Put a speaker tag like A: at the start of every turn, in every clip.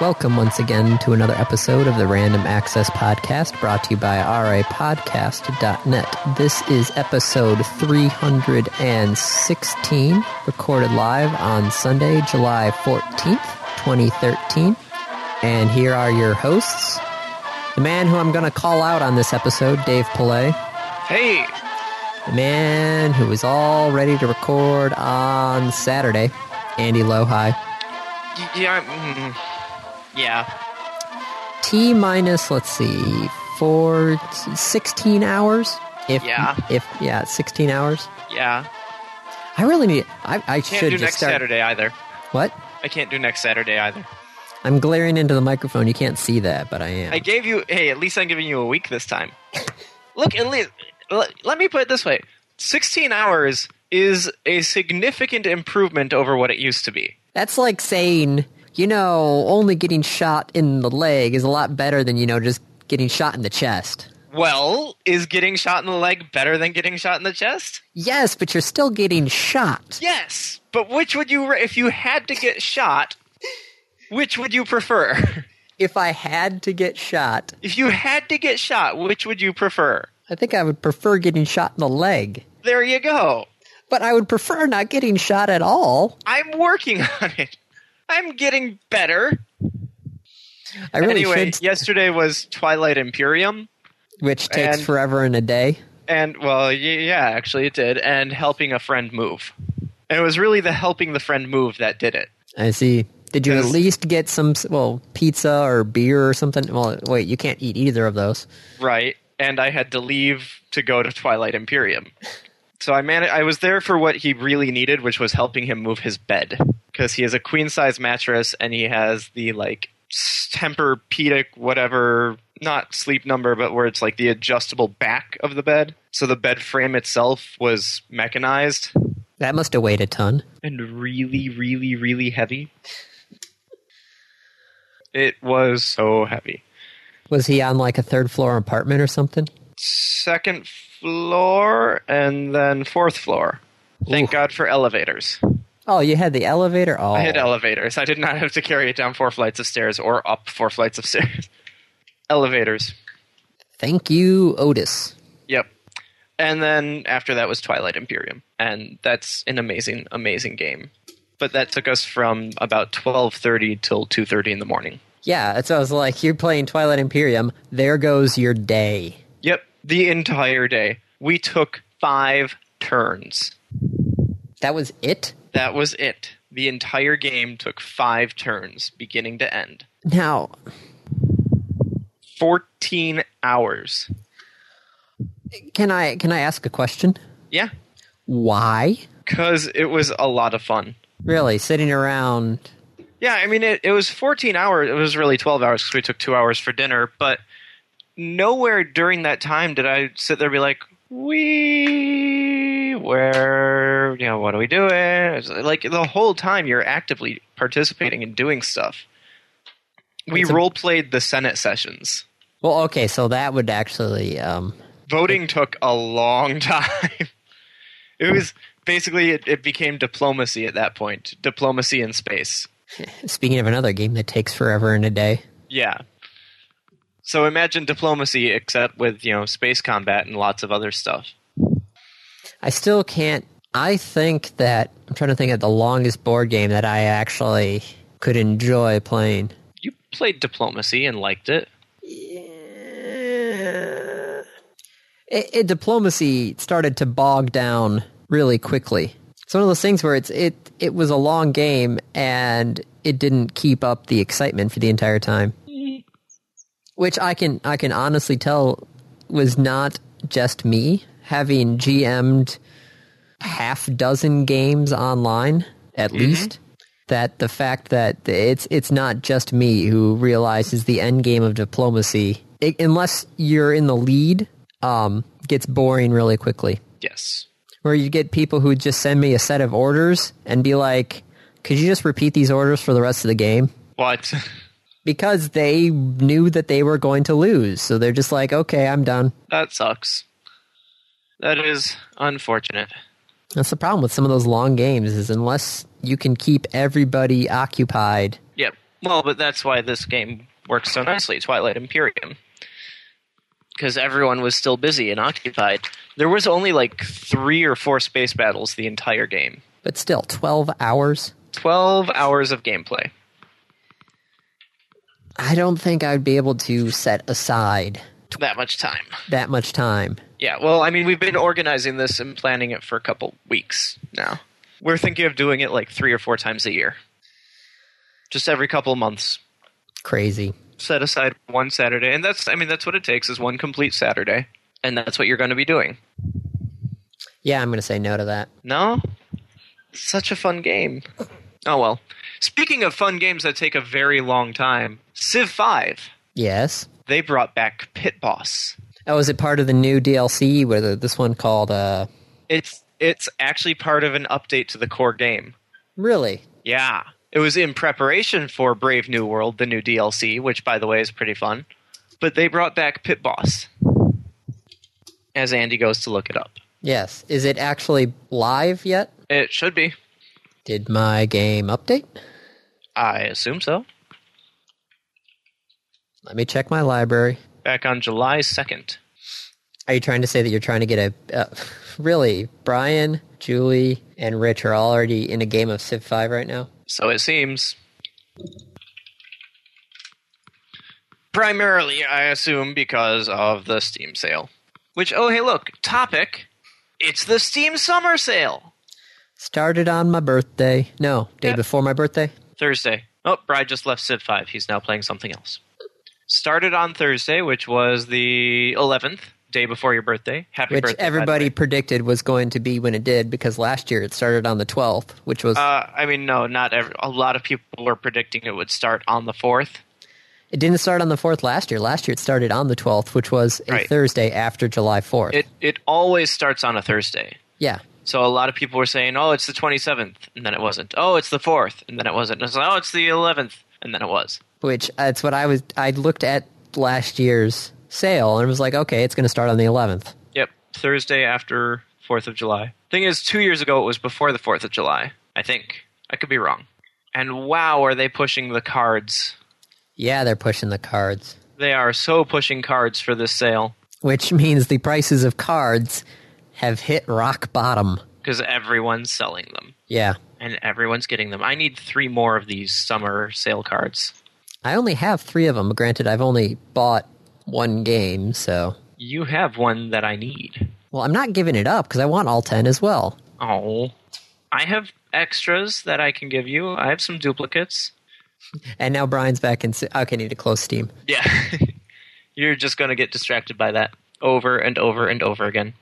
A: Welcome once again to another episode of the Random Access Podcast brought to you by rapodcast.net. This is episode 316, recorded live on Sunday, July 14th, 2013. And here are your hosts the man who I'm going to call out on this episode, Dave Pillay,
B: Hey,
A: the man who is all ready to record on Saturday, Andy Lohi.
B: y- yeah, mm, yeah.
A: T minus, let's see, four, 16 hours? If,
B: Yeah.
A: If, yeah, 16 hours.
B: Yeah.
A: I really need, I, I
B: Can't
A: should
B: do
A: just
B: next
A: start.
B: Saturday either.
A: What?
B: I can't do next Saturday either.
A: I'm glaring into the microphone. You can't see that, but I am.
B: I gave you. Hey, at least I'm giving you a week this time. Look, at least let, let me put it this way: sixteen hours is a significant improvement over what it used to be.
A: That's like saying, you know, only getting shot in the leg is a lot better than, you know, just getting shot in the chest.
B: Well, is getting shot in the leg better than getting shot in the chest?
A: Yes, but you're still getting shot.
B: Yes, but which would you, ra- if you had to get shot, which would you prefer?
A: If I had to get shot,
B: If you had to get shot, which would you prefer?
A: I think I would prefer getting shot in the leg.
B: There you go.
A: But I would prefer not getting shot at all.
B: I'm working on it. I'm getting better.
A: I really
B: anyway,
A: should
B: yesterday was Twilight Imperium,
A: which takes
B: And-
A: forever and a day.
B: and well, y- yeah, actually it did, and helping a friend move. And it was really the helping the friend move that did it.
A: I see. Did you at
B: 'Cause-
A: least get some, well, pizza or beer or something? Well, wait, you can't eat either of those.
B: Right. And I had to leave to go to Twilight Imperium. So I man- I was there for what he really needed, which was helping him move his bed because he has a queen size mattress and he has the like temperpedic whatever not sleep number but where it's like the adjustable back of the bed so the bed frame itself was mechanized
A: That must have weighed a ton.
B: and really really really heavy it was so heavy
A: Was he on like a third floor apartment or something?
B: second floor and then fourth floor. Thank
A: Ooh.
B: God for elevators.
A: Oh, you had the elevator? Oh,
B: I had elevators. I did not have to carry it down four flights of stairs or up four flights of stairs. elevators.
A: thank you, Otis.
B: Yep. And then after that was Twilight Imperium, and that's an amazing, amazing game. But that took us from about twelve thirty till two thirty in the morning.
A: Yeah, that's what I was like, you're playing Twilight Imperium. There goes your day.
B: Yep, the entire day. We took five turns.
A: That was it?
B: That was it. The entire game took five turns, beginning to end.
A: Now,
B: 14 hours.
A: can I can I ask a question?
B: Yeah,
A: Why?
B: because it was a lot of fun.
A: Really, sitting around
B: Yeah, I mean, it, it was 14 hours. It was really 12 hours because we took two hours for dinner, but nowhere during that time did I sit there and be like, we, where, you know, what are we doing? It's like the whole time you're actively participating and doing stuff. We
A: It's a-
B: role played the Senate sessions.
A: Well, okay, so that would actually um,
B: voting took a long time. It was basically it, it became diplomacy at that point. Diplomacy in space.
A: Speaking of another game that takes forever and a day,
B: Yeah. So imagine diplomacy except with, you know, space combat and lots of other stuff.
A: I still can't. I think that I'm trying to think of the longest board game that I actually could enjoy playing.
B: You played diplomacy and liked it.
A: It, it, diplomacy started to bog down really quickly. It's one of those things where it's it it was a long game and it didn't keep up the excitement for the entire time, which I can I can honestly tell was not just me having GM'd half dozen games online at least that the fact that it's it's not just me who realizes the end game of diplomacy i unless you're in the lead um, gets boring really quickly
B: Yes.
A: where you get people who just send me a set of orders and be like could you just repeat these orders for the rest of the game
B: What?
A: because they knew that they were going to lose so they're just like okay i'm done
B: that sucks. That is unfortunate.
A: that's the problem with some of those long games is unless you can keep everybody occupied
B: Yep. Well, but that's why this game works so nicely, Twilight Imperium. Because everyone was still busy and occupied. There was only like three or four space battles the entire game.
A: But still, 12 hours?
B: 12 hours of gameplay.
A: I don't think I'd be able to set aside
B: That much time.
A: that much time.
B: Yeah, well, I mean, we've been organizing this and planning it for a couple weeks now. We're thinking of doing it like three or four times a year. Just every couple months.
A: Crazy.
B: set aside one Saturday, and that's I mean that's what it takes is one complete Saturday, and that's what you're going to be doing.
A: Yeah, I'm going to say no to that.
B: No, such a fun game. Oh well. Speaking of fun games that take a very long time, Civ Five
A: Yes.
B: they brought back Pit Boss.
A: Oh, is it part of the new DLC? Whether this one called uh,
B: It's it's actually part of an update to the core game.
A: really?
B: Yeah. It was in preparation for Brave New World, the new DLC, which by the way is pretty fun. But they brought back Pit Boss. As Andy goes to look it up.
A: Yes. Is it actually live yet?
B: It should be.
A: Did my game update?
B: I assume so.
A: Let me check my library.
B: Back on July 2nd.
A: Are you trying to say that you're trying to get a uh, really? Brian, Julie, and Rich are all already in a game of Civ Five right now.
B: So it seems. Primarily, I assume, because of the Steam sale. Which, oh, hey, look, topic. It's the Steam summer sale.
A: Started on my birthday. No, day
B: Yeah.
A: before my birthday.
B: Thursday. Oh, Bride just left Civ 5. He's now playing something else. Started on Thursday, which was the 11th, day before your birthday. Happy
A: Which
B: birthday. by the
A: everybody
B: way.
A: predicted was going to be when it did, because last year it started on the 12th, which was
B: Uh, I mean, no, not every. A lot of people were predicting it would start on the 4th.
A: It didn't start on the 4th last year. Last year it started on the 12th, which was a
B: Right.
A: Thursday after July 4th.
B: It it always starts on a Thursday.
A: yeah.
B: So a lot of people were saying, "Oh, it's the 27th," and then it wasn't. "Oh, it's the 4th," and then it wasn't. And it's like, "Oh, it's the 11th," and then it was.
A: Which that's what I was I looked at last year's sale and was like, "Okay, it's going to start on the 11th."
B: Yep, Thursday after 4th of July. Thing is, 2 years ago it was before the 4th of July, I think. I could be wrong. And wow, are they pushing the cards.
A: Yeah, they're pushing the cards,
B: They are so pushing cards for this sale
A: which means the prices of cards have hit rock bottom.
B: because everyone's selling them
A: Yeah.
B: and everyone's getting them. I need 3 more of these summer sale cards.
A: I only have 3 of them. Granted, I've only bought one game, so
B: You have one that I need.
A: well, I'm not giving it up cuz I want all 10 as well.
B: Oh, I have extras that I can give you. I have some duplicates.
A: And now Brian's back in Ci- okay, I need to close Steam.
B: Yeah, you're just gonna get distracted by that over and over and over again.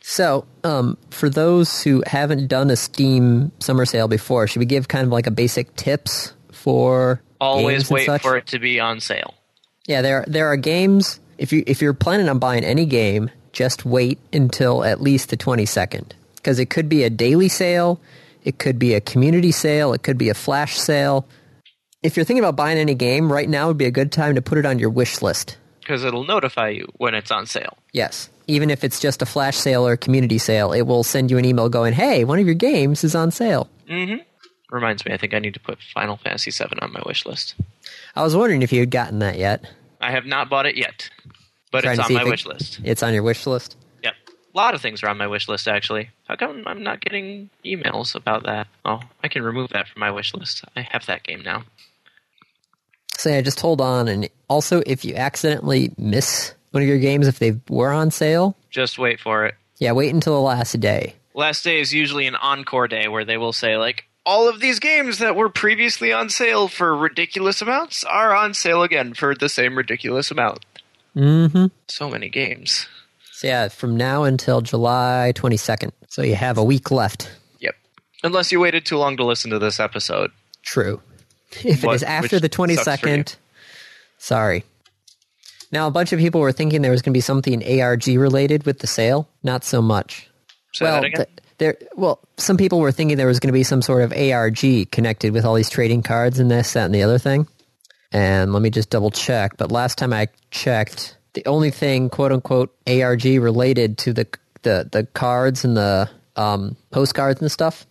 A: So, um, for those who haven't done a Steam summer sale before, should we give kind of like a basic tips for
B: Always
A: games and
B: wait
A: such?
B: for it to be on sale.
A: Yeah, there there are games. If you if you're planning on buying any game, just wait until at least the twenty second because it could be a daily sale, it could be a community sale, it could be a flash sale. If you're thinking about buying any game right now, would be a good time to put it on your wish list.
B: because it'll notify you when it's on sale.
A: Yes. Even if it's just a flash sale or a community sale, it will send you an email going, hey, one of your games is on sale.
B: Reminds me, I think I need to put Final Fantasy VII on my wish list.
A: I was wondering if you had gotten that yet.
B: I have not bought it yet, but
A: Trying
B: it's
A: to
B: on
A: see
B: my
A: if it-
B: wish list.
A: It's on your wish list.
B: Yep, a lot of things are on my wish list actually. How come I'm not getting emails about that? Oh, I can remove that from my wish list. I have that game now.
A: So yeah, just hold on. And also, if you accidentally miss one of your games, if they were on sale,
B: Just wait for it.
A: yeah, wait until the last day.
B: last day is usually an encore day where they will say like all of these games that were previously on sale for ridiculous amounts are on sale again for the same ridiculous amount
A: Mm-hmm.
B: so many games
A: So yeah, from now until July 22nd. So you have a week left.
B: yep unless you waited too long to listen to this episode
A: True. If
B: What-
A: it is after
B: which
A: the
B: sucks for you.
A: 22nd, sorry. Now, a bunch of people were thinking there was going to be something ARG related with the sale. Not so much.
B: Say
A: well,
B: that again?
A: th- there. Well, some people were thinking there was going to be some sort of ARG connected with all these trading cards and this, that, and the other thing. And let me just double check. But last time I checked, the only thing "quote unquote" ARG related to the the the
B: Mm-hmm.
A: cards and the um, postcards and stuff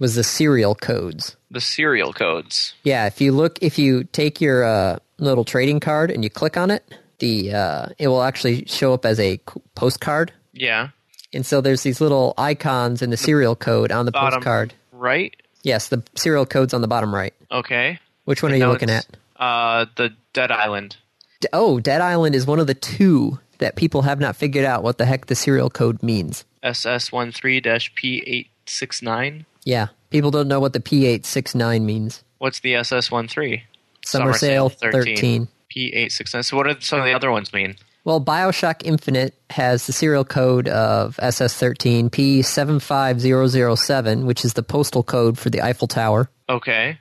A: was the serial codes.
B: The serial codes.
A: Yeah, if you look, if you take your uh, little trading card and you click on it, the uh, it will actually show up as a c- postcard.
B: Yeah.
A: And so there's these little icons and the serial code on the
B: Bottom
A: postcard.
B: right.
A: Yes, the serial code's on the bottom right.
B: Okay.
A: Which one
B: And
A: are you
B: now
A: looking
B: it's,
A: at?
B: Uh, the Dead Island.
A: D- oh, Dead Island is one of the two that people have not figured out what the heck the serial code means.
B: SS13-P869.
A: Yeah, people don't know what the P869 means.
B: What's the SS13?
A: Summer, Sale 13.
B: P869. So what do some of the other ones mean?
A: Well, Bioshock Infinite has the serial code of SS13 P75007, which is the postal code for the Eiffel Tower.
B: Okay.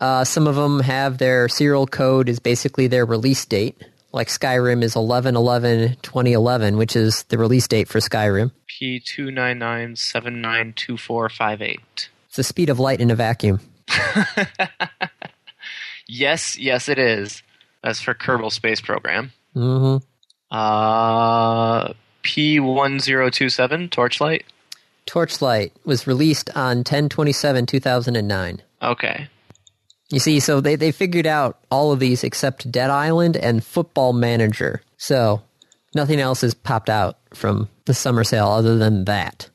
A: Uh, some of them have their serial code is basically their release date. Like Skyrim is 11-11-2011, which is the release date for Skyrim.
B: P299792458.
A: It's the speed of light in a vacuum.
B: Yes, yes it is. That's for Kerbal Space Program.
A: hmm
B: Uh, P1027 Torchlight.
A: Torchlight was released on 10-27-2009.
B: Okay.
A: You see, so they, they figured out all of these except Dead Island and Football Manager. So nothing else has popped out from the summer sale other than that.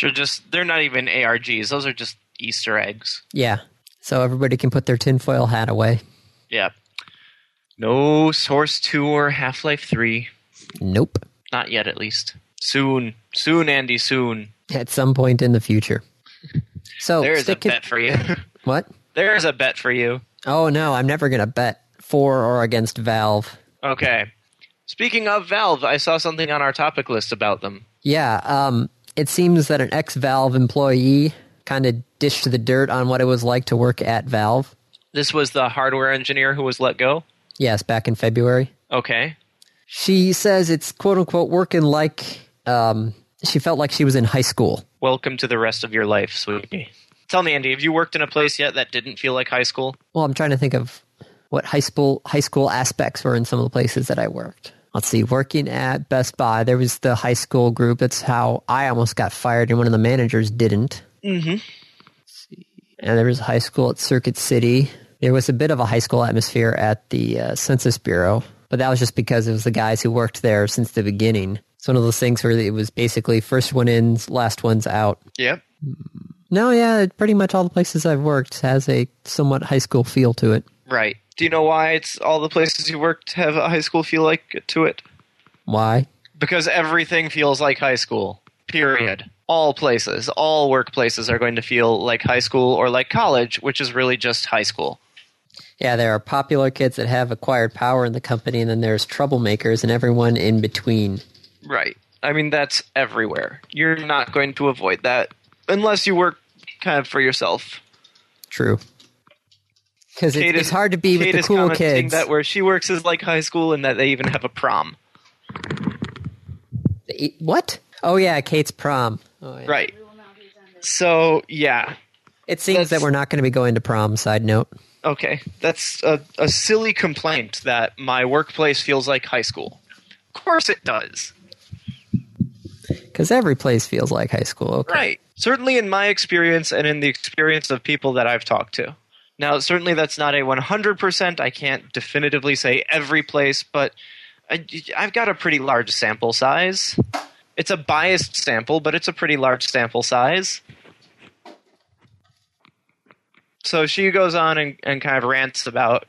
B: They're just they're not even ARGs. Those are just Easter eggs.
A: Yeah. So everybody can put their tinfoil hat away.
B: Yeah. No Source 2 or Half-Life 3.
A: Nope.
B: Not yet at least. Soon. Soon, Andy, soon.
A: At some point in the future. So
B: There's a
A: Oh, stick it-
B: bet for you.
A: what?
B: There's a bet for you.
A: Oh no, I'm never gonna bet for or against Valve.
B: Okay. Speaking of Valve, I saw something on our topic list about them.
A: Yeah, um, it seems that an ex Valve employee kind of dished the dirt on what it was like to work at Valve.
B: This was the hardware engineer who was let go.
A: Yes, back in February.
B: Okay.
A: She says it's quote unquote working like um, she felt like she was in high school.
B: Welcome to the rest of your life, sweetie. Tell me, Andy, have you worked in a place yet that didn't feel like high school?
A: Well, I'm trying to think of what high school high school aspects were in some of the places that I worked. Let's see, working at Best Buy, there was the high school group. That's how I almost got fired, and one of the managers didn't. Mm-hmm. And there was a high school at Circuit City. There was a bit of a high school atmosphere at the uh, Census Bureau, but that was just because it was the guys who worked there since the beginning. It's one of those things where it was basically first one in, last one's out.
B: Yep.
A: No, yeah, pretty much all the places I've worked has a somewhat high school feel to it.
B: Right. Do you know why it's all the places you worked have a high school feel like to it?
A: Why?
B: Because everything feels like high school. Period. All places, all workplaces are going to feel like high school or like college, which is really just high school.
A: Yeah, there are popular kids that have acquired power in the company, and then there's troublemakers and everyone in between.
B: Right. I mean, that's everywhere. You're not going to avoid that unless you work kind of for yourself.
A: True. Because
B: Kate
A: it,
B: is-
A: it's hard to be
B: Kate
A: with
B: is
A: the cool
B: commenting
A: kids.
B: That where she works is like high school, and that they even have a prom.
A: E- what? Oh yeah, Kate's prom. Oh, yeah.
B: Right. So yeah,
A: It seems
B: That's-
A: that we're not going to be going to prom. Side note.
B: okay, that's a, a silly complaint that my workplace feels like high school. Of course it does.
A: Because every place feels like high school. Okay.
B: Right. Certainly in my experience and in the experience of people that I've talked to. Now, certainly that's not a 100%. I can't definitively say every place, but I, I've got a pretty large sample size. It's a biased sample, but it's a pretty large sample size. So she goes on and, and kind of rants about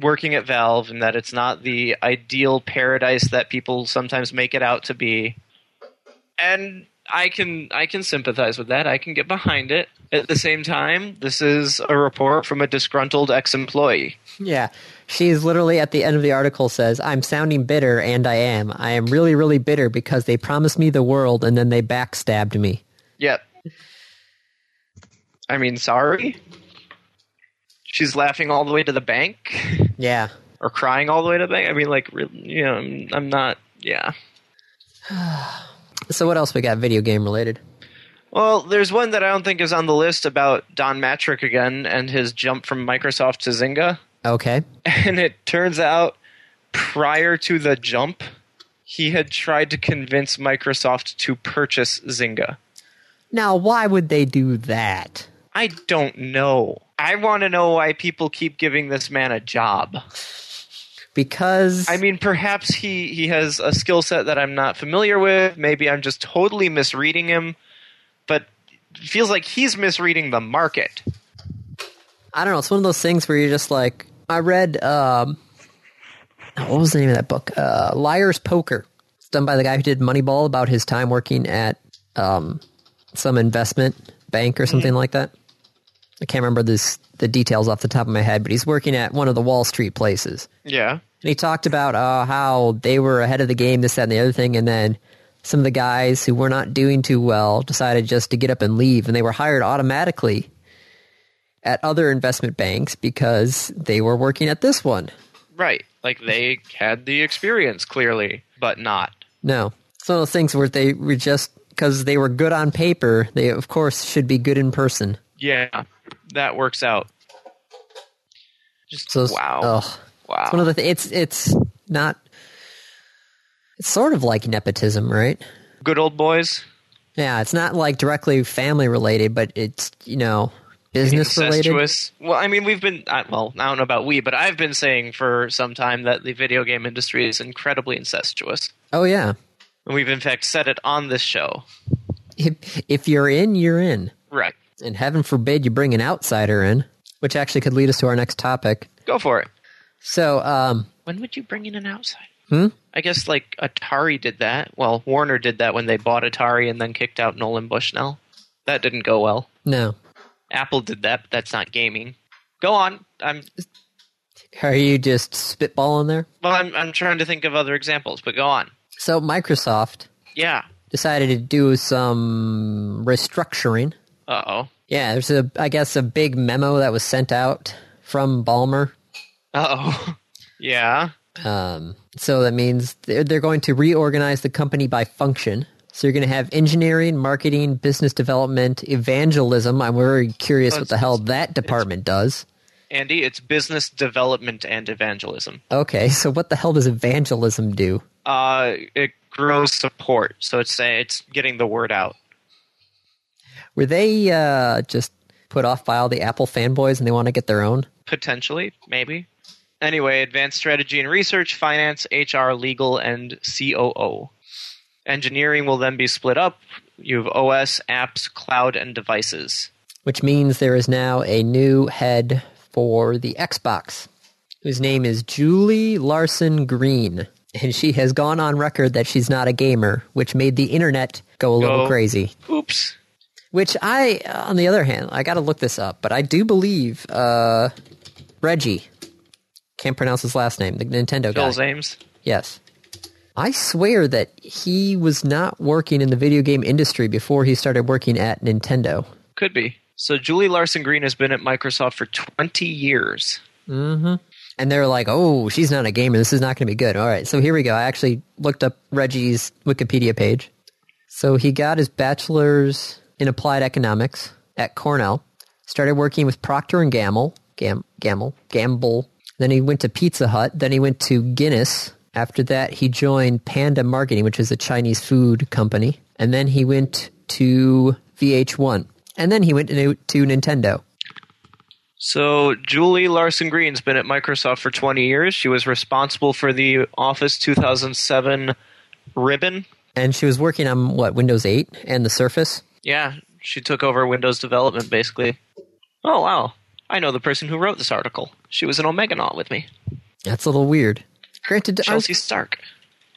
B: working at Valve and that it's not the ideal paradise that people sometimes make it out to be and I can I can sympathize with that. I can get behind it. At the same time, this is a report from a disgruntled ex-employee.
A: Yeah. She's literally at the end of the article says, "I'm sounding bitter, and I am. I am really, really bitter because they promised me the world, and then they backstabbed me."
B: Yep. I mean, sorry. She's laughing all the way to the bank,
A: Yeah.
B: or crying all the way to the bank. I mean, like, re- you know, I'm, I'm not. Yeah.
A: So what else we got? Video game related.
B: Well, there's one that I don't think is on the list about Don Matrick again and his jump from Microsoft to Zynga.
A: Okay.
B: And it turns out prior to the jump, he had tried to convince Microsoft to purchase Zynga.
A: Now, why would they do that?
B: I don't know. I want to know why people keep giving this man a job.
A: because
B: I mean, perhaps he he has a skill set that I'm not familiar with. Maybe I'm just totally misreading him, but it feels like he's misreading the market.
A: I don't know. It's one of those things where you're just like, I read, um, oh, what was the name of that book? Uh, Liar's Poker. It's done by the guy who did Moneyball about his time working at um, some investment bank or
B: Mm-hmm.
A: something like that. I can't remember this, the details off the top of my head, but he's working at one of the Wall Street places.
B: Yeah.
A: And he talked about uh, how they were ahead of the game, this, that, and the other thing. And then some of the guys who were not doing too well decided just to get up and leave. And they were hired automatically at other investment banks because they were working at this one.
B: Right. Like they had the experience clearly, but not.
A: No. It's one of those things where they were just, because they were good on paper, they, of course, should be good in person.
B: Yeah. That works out. Just
A: So, it's-
B: wow.
A: ugh.
B: wow.
A: It's one of the, th- it's, it's not, it's sort of like nepotism, right?
B: Good old boys.
A: Yeah, it's not like directly family related, but it's you know business related.
B: Incestuous. Well, I mean, we've been I, well. I don't know about we, but I've been saying for some time that the video game industry is incredibly incestuous,
A: Oh yeah,
B: and we've in fact said it on this show.
A: if if you're in, you're in,
B: Right.
A: and heaven forbid you bring an outsider in, which actually could lead us to our next topic.
B: Go for it.
A: So, um,
B: When would you bring in an outside?
A: Hmm?
B: I guess like Atari did that. Well, Warner did that when they bought Atari and then kicked out Nolan Bushnell. That didn't go well.
A: no,
B: Apple did that, but that's not gaming. Go on. I'm
A: are you just spitballing there?
B: well. I'm I'm trying to think of other examples, but go on.
A: So Microsoft
B: Yeah.
A: decided to do some restructuring.
B: Uh oh.
A: Yeah, there's a I guess a big memo that was sent out from Balmer
B: Uh oh. yeah.
A: Um, so that means they're, they're going to reorganize the company by function. So you're going to have engineering, marketing, business development, evangelism. I'm very curious what the hell that department does.
B: Andy, it's business development and evangelism.
A: Okay, so what the hell does evangelism do?
B: Uh, it grows support, so it's say it's getting the word out.
A: Were they uh, just put off by all the Apple fanboys and they want to get their own?
B: potentially, maybe. Anyway, advanced strategy and research, finance, HR, legal, and COO. Engineering will then be split up. You have OS, apps, cloud, and devices.
A: Which means there is now a new head for the Xbox, whose name is Julie Larson Green. And she has gone on record that she's not a gamer, which made the internet go a little
B: Go.
A: crazy.
B: Oops.
A: Which I, uh, on the other hand, I got to look this up, but I do believe uh, Reggie can't pronounce his last name. The Nintendo guy.
B: Bill's Ames.
A: Yes, I swear that he was not working in the video game industry before he started working at Nintendo.
B: Could be. So Julie Larson Green has been at Microsoft for 20 years.
A: And they're like, "Oh, she's not a gamer. This is not going to be good." All right, so here we go. I actually looked up Reggie's Wikipedia page. So he got his bachelor's in applied economics at Cornell. Started working with Procter and Gamble, Gam, Gamble, Gamble. Then he went to Pizza Hut. Then he went to Guinness. After that, he joined Panda Marketing, which is a Chinese food company. And then he went to VH1. And then he went to, to Nintendo.
B: So Julie Larson Green's been at Microsoft for 20 years. She was responsible for the Office 2007 ribbon.
A: And she was working on what Windows 8 and the Surface.
B: Yeah, she took over Windows development basically. Oh wow. I know the person who wrote this article. She was an Omeganaut with me.
A: That's a little weird. Granted, aren't-
B: Chelsea Stark.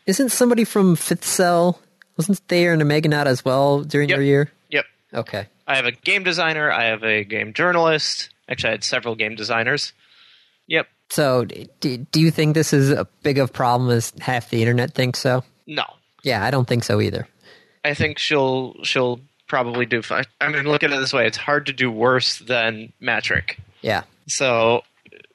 A: isn't somebody from Fifth Cell wasn't they an Omeganaut as well during
B: Yep.
A: their year?
B: Yep.
A: Okay,
B: I have a game designer, I have a game journalist. Actually I had several game designers. Yep.
A: so do, do you think this is a big of problem as half the internet thinks so?
B: No.
A: Yeah, I don't think so either.
B: I think she'll she'll probably do fine. I mean look at it this way, it's hard to do worse than Matric.
A: Yeah,
B: So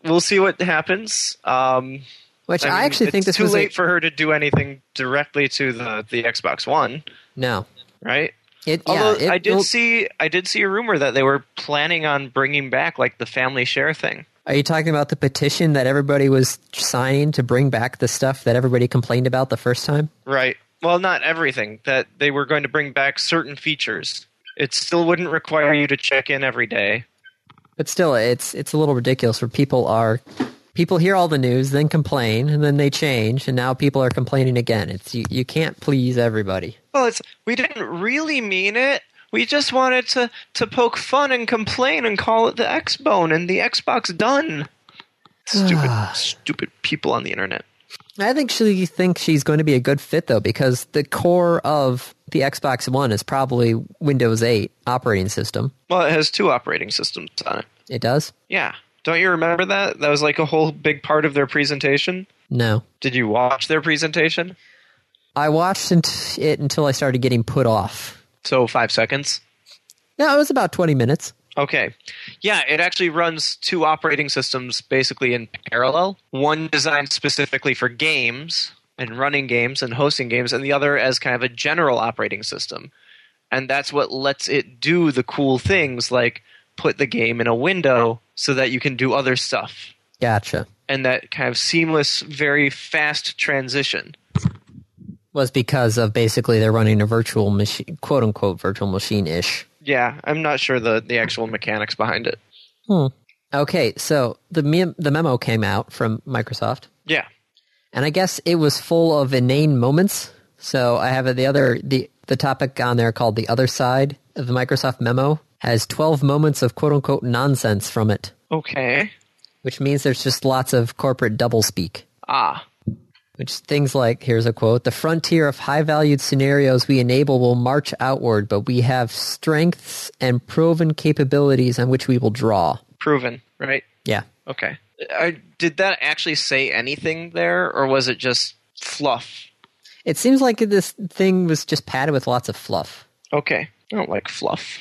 B: we'll see what happens. Um
A: which I,
B: mean,
A: actually
B: it's
A: think this
B: too
A: was a-
B: late for her to do anything directly to the, the Xbox One,
A: no.
B: right?
A: It,
B: Although
A: yeah, it
B: I did
A: will-
B: see I did see a rumor that they were planning on bringing back like the family share thing.
A: Are you talking about the petition that everybody was signing to bring back the stuff that everybody complained about the first time?
B: Right. Well, not everything. That they were going to bring back certain features. It still wouldn't require you to check in every day.
A: But still, it's it's a little ridiculous where people are people hear all the news, then complain, and then they change, and now people are complaining again. It's you, you can't please everybody.
B: Well, it's we didn't really mean it. We just wanted to to poke fun and complain and call it the Xbone and the Xbox done. Stupid, stupid people on the internet.
A: I think she thinks she's going to be a good fit though, because the core of the Xbox One is probably Windows 8 operating system.
B: Well, it has two operating systems on it.
A: It does?
B: Yeah. Don't you remember that? That was like a whole big part of their presentation.
A: No.
B: Did you watch their presentation?
A: I watched unt- it until I started getting put off.
B: So five seconds.
A: No, it was about 20 minutes.
B: Okay. Yeah, it actually runs two operating systems basically in parallel. One designed specifically for games and running games and hosting games, and the other as kind of a general operating system. And that's what lets it do the cool things like put the game in a window so that you can do other stuff
A: Gotcha.
B: and that kind of seamless, very fast transition.
A: Was because of basically they're running a virtual machine, quote unquote virtual machine ish.
B: Yeah, I'm not sure the, the actual mechanics behind it.
A: Okay, so the mem- the memo came out from Microsoft,
B: Yeah.
A: and I guess it was full of inane moments. So I have the other the the topic on there called the other side of the Microsoft memo has 12 moments of quote unquote nonsense from it,
B: Okay.
A: which means there's just lots of corporate doublespeak.
B: Ah.
A: Which things like here's a quote: "The frontier of high-valued scenarios we enable will march outward, but we have strengths and proven capabilities on which we will draw."
B: Proven, right?
A: Yeah,
B: Okay. I, did that actually say anything there, or was it just fluff?
A: it seems like this thing was just padded with lots of fluff.
B: Okay. I don't like fluff.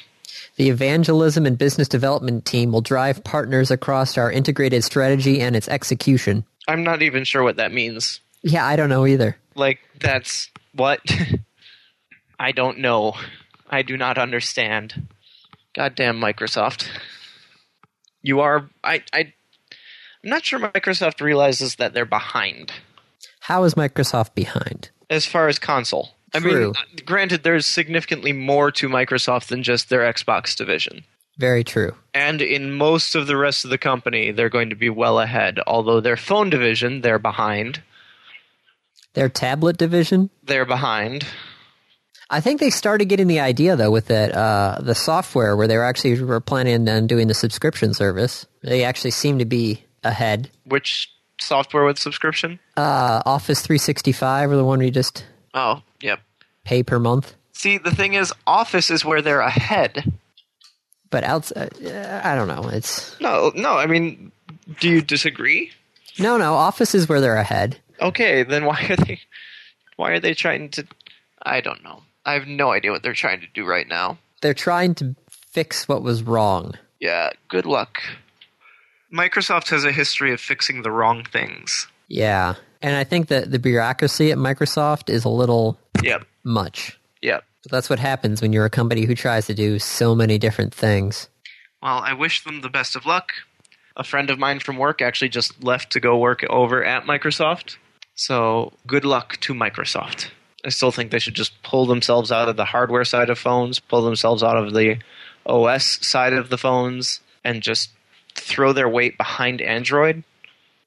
A: The evangelism and business development team will drive partners across our integrated strategy and its execution.
B: I'm not even sure what that means.
A: Yeah, I don't know either.
B: Like, that's what? I don't know. I do not understand. Goddamn Microsoft. You are. I, I, I'm not sure Microsoft realizes that they're behind
A: How is Microsoft behind?
B: as far as console. I
A: True.
B: mean, granted, there's significantly more to Microsoft than just their Xbox division.
A: Very true.
B: And in most of the rest of the company, they're going to be well ahead. Although their phone division, they're behind.
A: Their tablet division.
B: They're behind.
A: I think they started getting the idea though with that uh, the software where they were actually were planning on doing the subscription service. They actually seem to be ahead.
B: Which software with subscription?
A: Uh, Office 365 or the one where you just
B: Oh, yep.
A: pay per month.
B: See, the thing is, Office is where they're ahead.
A: But outside, uh, I don't know. It's
B: No, no, I mean, do you disagree?
A: no, no. Office is where they're ahead.
B: Okay, then why are they why are they trying to I don't know. I have no idea what they're trying to do right now.
A: They're trying to fix what was wrong.
B: Yeah, good luck. Microsoft has a history of fixing the wrong things.
A: Yeah, and I think that the bureaucracy at Microsoft is a little
B: Yep.
A: much.
B: Yep.
A: But that's what happens when you're a company who tries to do so many different things.
B: Well, I wish them the best of luck. A friend of mine from work actually just left to go work over at Microsoft. So, good luck to Microsoft. I still think they should just pull themselves out of the hardware side of phones, pull themselves out of the OS side of the phones, and just throw their weight behind Android,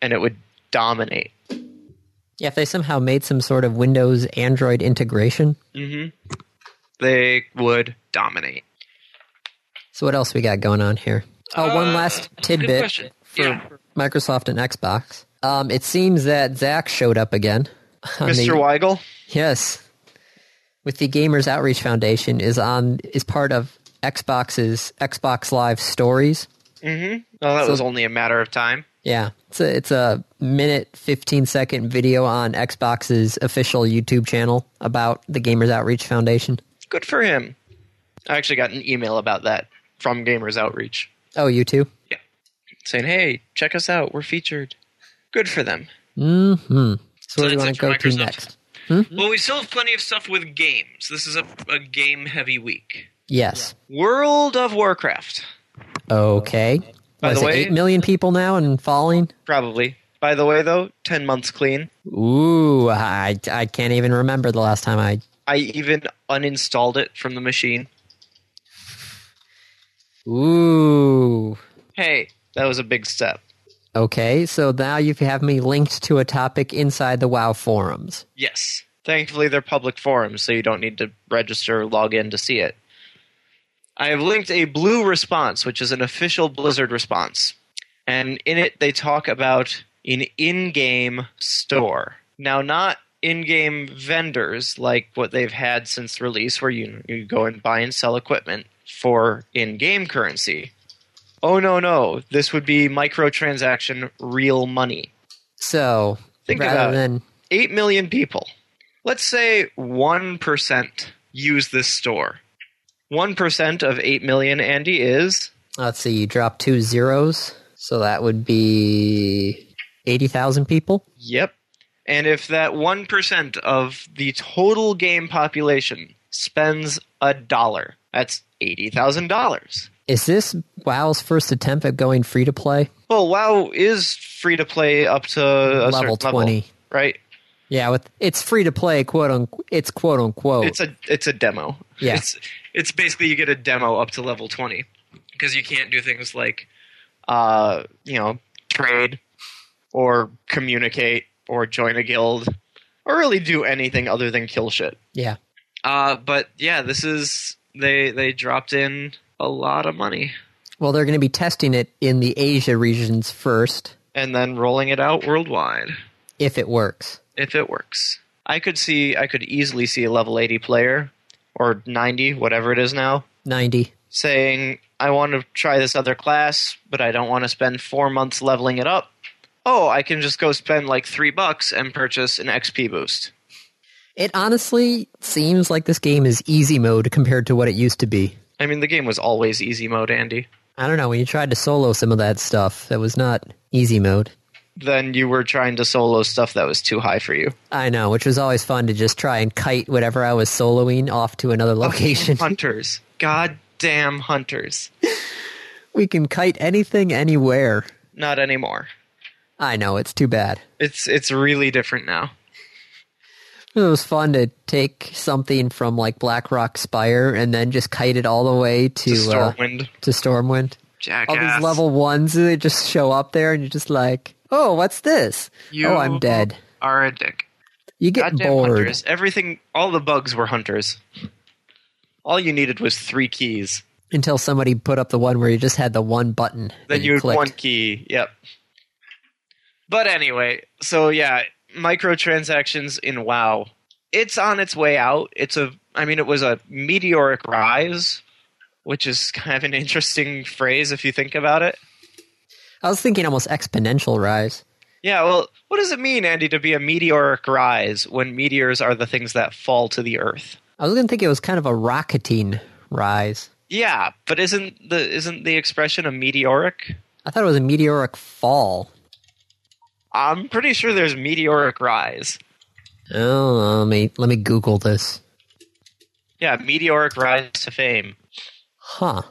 B: and it would dominate.
A: Yeah, if they somehow made some sort of Windows Android integration.
B: Mm-hmm. They would dominate.
A: So what else we got going on here? Oh, one
B: Uh,
A: last
B: Good
A: tidbit
B: question. Yeah.
A: Microsoft and Xbox. Um, it seems that Zach showed up again. on
B: Mr.
A: the-
B: Weigel?
A: Yes. With the Gamers Outreach Foundation is on is part of Xbox's Xbox Live Stories.
B: Well, that was only a matter of time.
A: Yeah. It's a, it's a minute 15 second video on Xbox's official YouTube channel about the Gamers Outreach Foundation.
B: Good for him. I actually got an email about that from Gamers Outreach
A: Oh, you too?
B: saying, hey, check us out. We're featured. Good for them.
A: Hmm. So where do you
B: that's
A: want
B: it
A: to
B: for
A: go to
B: Microsoft.
A: next?
B: Well, we still have plenty of stuff with games. This is a, a game heavy week.
A: Yes.
B: World of Warcraft,
A: Okay.
B: By
A: Was
B: the
A: it
B: way-
A: 8 million people now and falling?
B: probably. By the way, though, 10 months clean.
A: Ooh, I, I can't even remember the last time I.
B: I even uninstalled it from the machine.
A: Ooh.
B: hey, that was a big step.
A: Okay, so now you have me linked to a topic inside the WoW forums.
B: Yes. Thankfully, they're public forums, so you don't need to register or log in to see it. I have linked a blue response, which is an official Blizzard response. And in it, they talk about an in game store. Now, not in game vendors like what they've had since release, where you, you go and buy and sell equipment for in game currency. Oh, no, no. This would be microtransaction real money.
A: So
B: Think about
A: rather
B: it.
A: than
B: 8 million people. Let's say 1% use this store. 1% of 8 million, Andy, is
A: let's see, you drop two zeros, so that would be eighty thousand people.
B: Yep. And if that 1% of the total game population spends a dollar, that's $80,000.
A: Is this WoW's first attempt at going free to play?
B: Well, WoW is free to play up to a
A: Level
B: certain
A: 20.
B: level, right?
A: Yeah, with it's free to play, quote unquote. It's quote unquote.
B: It's a it's a demo.
A: Oh. Yeah.
B: It's it's basically you get a demo up to level 20 because you can't do things like uh, you know, trade or communicate or join a guild or really do anything other than kill shit.
A: yeah,
B: Uh, but yeah, this is they they dropped in a lot of money
A: well, they're going to be testing it in the Asia regions first,
B: and then rolling it out worldwide
A: if it works.
B: if it works. I could see I could easily see a level 80 player or 90, whatever it is now,
A: Ninety.
B: saying I want to try this other class, but I don't want to spend 4 months leveling it up. Oh, I can just go spend like 3 bucks and purchase an XP boost.
A: It honestly seems like this game is easy mode compared to what it used to be.
B: I mean, the game was always easy mode, Andy.
A: I don't know when you tried to solo some of that stuff, that was not easy mode.
B: Then you were trying to solo stuff that was too high for you.
A: I know, which was always fun to just try and kite whatever I was soloing off to another location.
B: hunters. Goddamn hunters.
A: we can kite anything, anywhere.
B: Not anymore.
A: I know, it's too bad.
B: It's it's really different now.
A: It was fun to take something from like Blackrock Spire and then just kite it all the way to,
B: To
A: uh,
B: Stormwind.
A: to Stormwind. All
B: Jackass.
A: these level ones, they just show up there and you're just like, oh, what's this?
B: You
A: oh, I'm dead.
B: Are a dick.
A: You get
B: Goddamn
A: bored.
B: hunters. Everything all the bugs were hunters. All you needed was three keys.
A: until somebody put up the one where you just had the one button.
B: Then
A: that
B: you had
A: clicked.
B: one key. Yep. But anyway, so yeah, microtransactions in WoW. It's on its way out. It's a I mean it was a meteoric rise, which is kind of an interesting phrase if you think about it.
A: I was thinking almost exponential rise.
B: Yeah, well, what does it mean, Andy, to be a meteoric rise when meteors are the things that fall to the earth?
A: I was going to think it was kind of a rocketing rise.
B: Yeah, but isn't the isn't the expression a meteoric?
A: I thought it was a meteoric fall.
B: I'm pretty sure there's meteoric rise.
A: Oh, let me let me Google this.
B: Yeah, meteoric rise to fame.
A: Huh.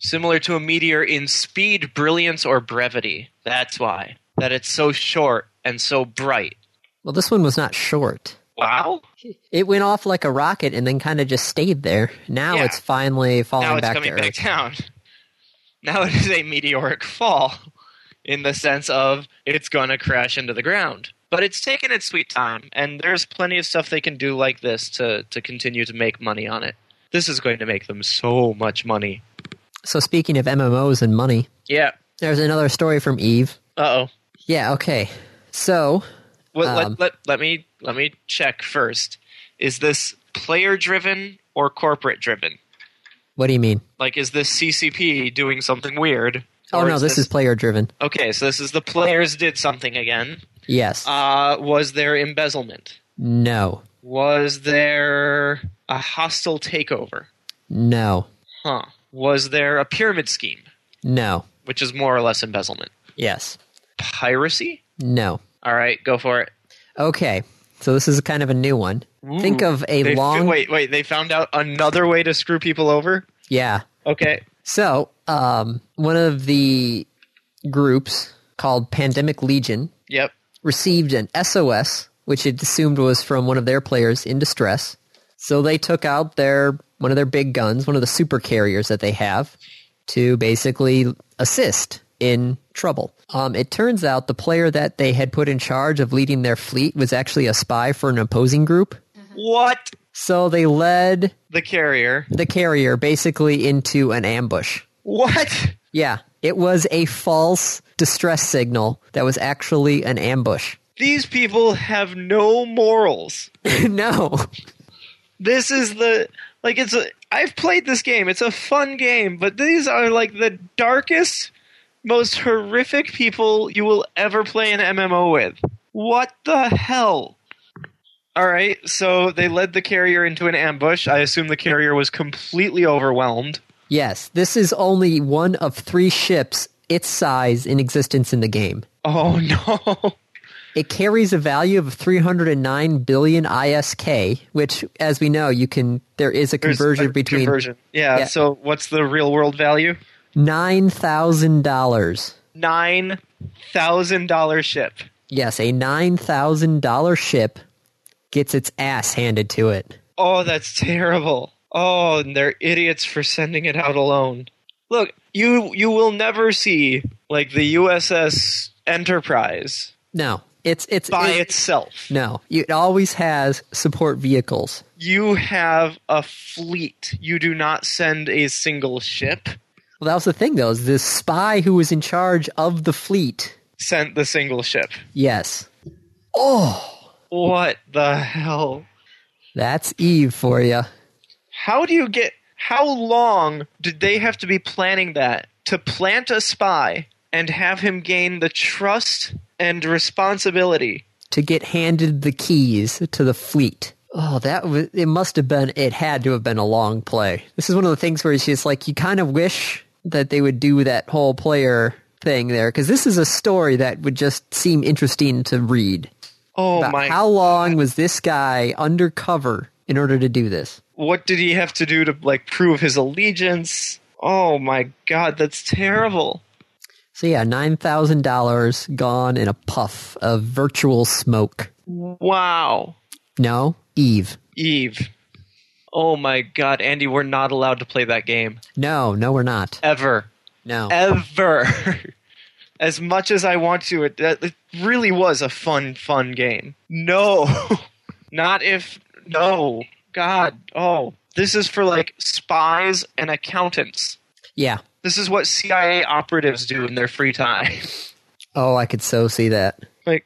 B: Similar to a meteor in speed, brilliance, or brevity. That's why. That it's so short and so bright.
A: Well, this one was not short.
B: Wow.
A: It went off like a rocket and then kind of just stayed there. Now
B: Yeah.
A: it's finally falling
B: now it's
A: back to
B: coming
A: Earth.
B: back down. Now it is a meteoric fall, in the sense of it's going to crash into the ground. But it's taken its sweet time, and there's plenty of stuff they can do like this to to continue to make money on it. This is going to make them so much money.
A: So speaking of MMOs and money,
B: Yeah.
A: there's another story from Eve.
B: Uh oh.
A: Yeah. Okay. So
B: Well,
A: Um,
B: let, let let me let me check first. Is this player driven or corporate driven?
A: what do you mean?
B: Like, is this CCP doing something weird?
A: Oh
B: Or
A: no, this is player driven.
B: okay. So this is the players did something again.
A: Yes.
B: Uh, was there embezzlement?
A: no.
B: Was there a hostile takeover?
A: No.
B: Huh. Was there a pyramid scheme,
A: No.
B: which is more or less embezzlement?
A: Yes.
B: Piracy?
A: No.
B: All right, go for it.
A: Okay. So this is kind of a new one. Think of a
B: They-
A: long
B: wait, wait. They found out another way to screw people over.
A: Yeah.
B: Okay.
A: So, um one of the groups called Pandemic Legion
B: Yep.
A: received an SOS, which it assumed was from one of their players in distress. So they took out their one of their big guns, one of the super carriers that they have, to basically assist in trouble. Um, it turns out the player that they had put in charge of leading their fleet was actually a spy for an opposing group.
B: What?
A: So they led
B: The carrier.
A: the carrier basically into an ambush.
B: What?
A: Yeah, it was a false distress signal that was actually an ambush.
B: These people have no morals.
A: no.
B: This is the like it's a I've played this game. It's a fun game, but these are like the darkest, most horrific people you will ever play an MMO with. What the hell? All right, so they led the carrier into an ambush. I assume the carrier was completely overwhelmed.
A: Yes, this is only one of three ships its size in existence in the game.
B: Oh no.
A: It carries a value of 309 billion ISK, which, as we know, you can. There is a
B: There's
A: conversion
B: a
A: between
B: conversion. Yeah,
A: Yeah.
B: so what's the real world value?
A: nine thousand dollars.
B: Nine thousand dollar ship.
A: Yes, a nine thousand dollar ship gets its ass handed to it.
B: Oh, that's terrible. Oh, and they're idiots for sending it out alone. Look, you you will never see like the USS Enterprise
A: No, it's it's
B: by
A: it-
B: itself.
A: No, it always has support vehicles.
B: You have a fleet. You do not send a single ship.
A: Well, that was the thing, though. Is this spy who was in charge of the fleet?
B: Sent the single ship.
A: Yes,
B: What the hell?
A: that's Eve for you.
B: How do you get how long did they have to be planning that to plant a spy and have him gain the trust and responsibility
A: to get handed the keys to the fleet. Oh, that was, it must have been, it had to have been a long play. This is one of the things where it's just like, you kind of wish that they would do that whole player thing there, because this is a story that would just seem interesting to read.
B: Oh
A: About
B: my!
A: How long was this guy undercover in order to do this?
B: what did he have to do to like prove his allegiance? Oh my god, that's terrible.
A: So yeah, $9,000 gone in a puff of virtual smoke.
B: Wow,
A: No, Eve.
B: Eve. Oh my god, Andy, we're not allowed to play that game
A: No, no, we're not.
B: ever,
A: No.
B: ever. as much as I want to, it, that- it really was a fun, fun game. No, not if no. God, oh, this is for like spies and accountants.
A: Yeah.
B: This is what CIA operatives do in their free time.
A: Oh, I could so see that.
B: Like,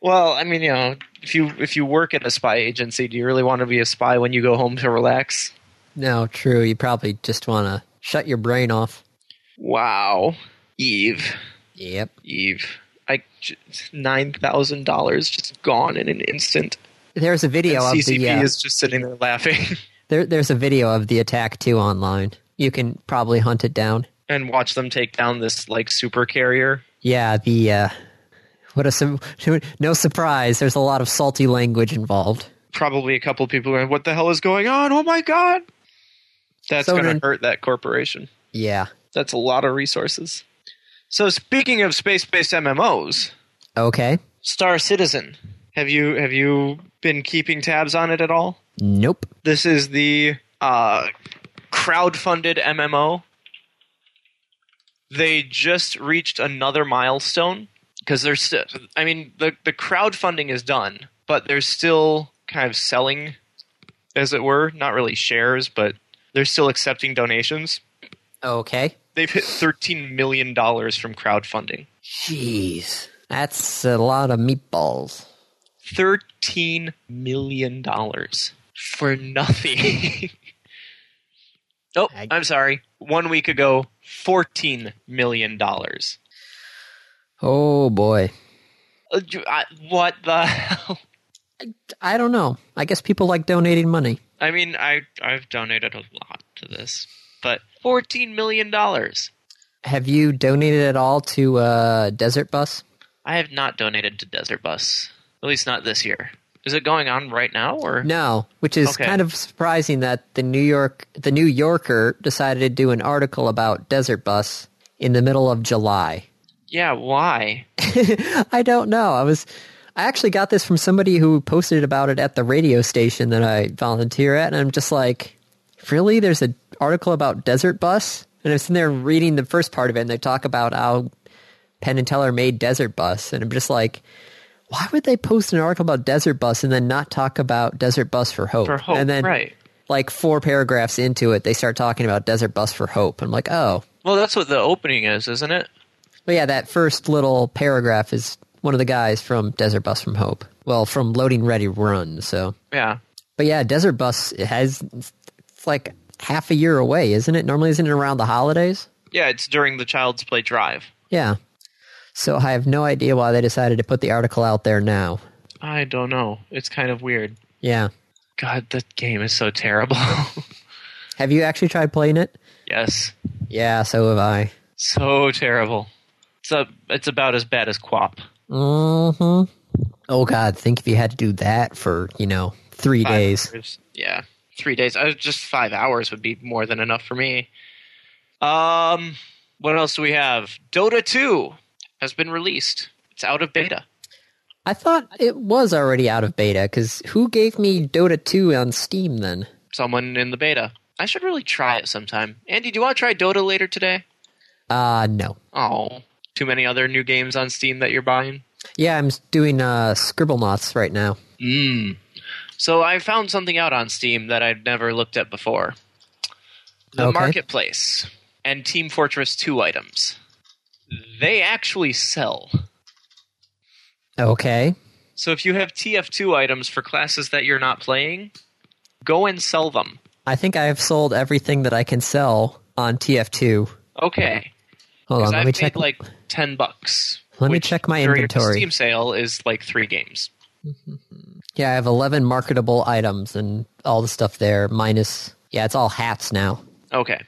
B: well, I mean, you know, if you if you work at a spy agency, do you really want to be a spy when you go home to relax?
A: No, true. You probably just want to shut your brain off.
B: Wow, Eve,
A: Yep.
B: Eve, I nine thousand dollars just gone in an instant.
A: There's a video of
B: CCP
A: the uh,
B: is just sitting there laughing
A: there, there's a video of the attack too online. You can probably hunt it down.
B: and watch them take down this like super carrier.
A: Yeah, the uh, what a sim- no surprise. There's a lot of salty language involved.
B: Probably a couple people going, "What the hell is going on? Oh my god!" That's
A: So
B: going to
A: then-
B: hurt that corporation.
A: Yeah.
B: That's a lot of resources. So speaking of space-based MMOs,
A: Okay.
B: Star Citizen. Have you have you been keeping tabs on it at all?
A: Nope.
B: This is the uh, crowdfunded MMO. They just reached another milestone because they're still. I mean, the the crowdfunding is done, but they're still kind of selling, as it were. Not really shares, but they're still accepting donations.
A: Okay.
B: They've hit thirteen million dollars from crowdfunding.
A: Jeez, that's a lot of meatballs.
B: thirteen million dollars for nothing. oh,
A: I-
B: I'm sorry. One week ago, fourteen million dollars.
A: Oh boy.
B: Uh, you- I- What the hell?
A: I don't know. I guess people like donating money.
B: I mean, I I've donated a lot to this, but fourteen million dollars.
A: Have you donated at all to uh, Desert Bus?
B: I have not donated to Desert Bus, at least not this year. Is it going on right now, or
A: No, which is
B: Okay.
A: kind of surprising that the New York the New Yorker decided to do an article about Desert Bus in the middle of July.
B: yeah? Why?
A: I don't know. I was I actually got this from somebody who posted about it at the radio station that I volunteer at and I'm just like, "Really? There's an article about Desert Bus?" And I'm sitting there reading the first part of it, and they talk about how Penn and Teller made Desert Bus, and I'm just like, why would they post an article about Desert Bus and then not talk about Desert Bus for Hope?
B: For Hope,
A: and then
B: right.
A: like four paragraphs into it, they start talking about Desert Bus for Hope. I'm like, oh,
C: Well, that's what the opening is, isn't it?
A: but yeah, that first little paragraph is one of the guys from Desert Bus from Hope. Well, from Loading Ready Run. So,
C: Yeah.
A: but yeah, Desert Bus it has it's like half a year away, isn't it? Normally, isn't it around the holidays?
B: Yeah, it's during the Child's Play drive.
A: Yeah. So I have no idea why they decided to put the article out there now.
C: I don't know. It's kind of weird.
A: Yeah.
C: God, that game is so terrible.
A: Have you actually tried playing it?
C: yes.
A: Yeah, so have I.
C: So terrible. It's a, it's about as bad as Quap.
A: Mm-hmm. Oh God, think if you had to do that for you know three
B: Five
A: days.
B: hours. Yeah, three days. I just five hours would be more than enough for me. Um,
C: What else do we have?
B: Dota two has been released. It's out of beta.
A: I thought it was already out of beta because who gave me Dota two on Steam then?
B: Someone in the beta. I should really try it sometime. Andy, do you want to try Dota later today?
A: Uh no.
B: Oh, too many other new games on Steam that you're buying.
A: Yeah, I'm s- doing uh Scribble Knots right now.
B: Mm. So I found something out on Steam that I'd never looked at before. The
A: Okay.
B: marketplace and Team Fortress 2 items. They actually sell.
A: Okay.
B: So if you have TF2 items for classes that you're not playing, go and sell them.
A: I think I have sold everything that I can sell on TF two.
B: Okay.
A: Hold on,
B: Because
A: let
B: I've
A: me
B: paid
A: check.
B: like 10 bucks.
A: Let me
B: which
A: check my
B: during a
A: inventory.
B: Steam sale is like 3 games.
A: yeah, I have eleven marketable items and all the stuff there. Minus yeah, it's all hats now.
B: Okay.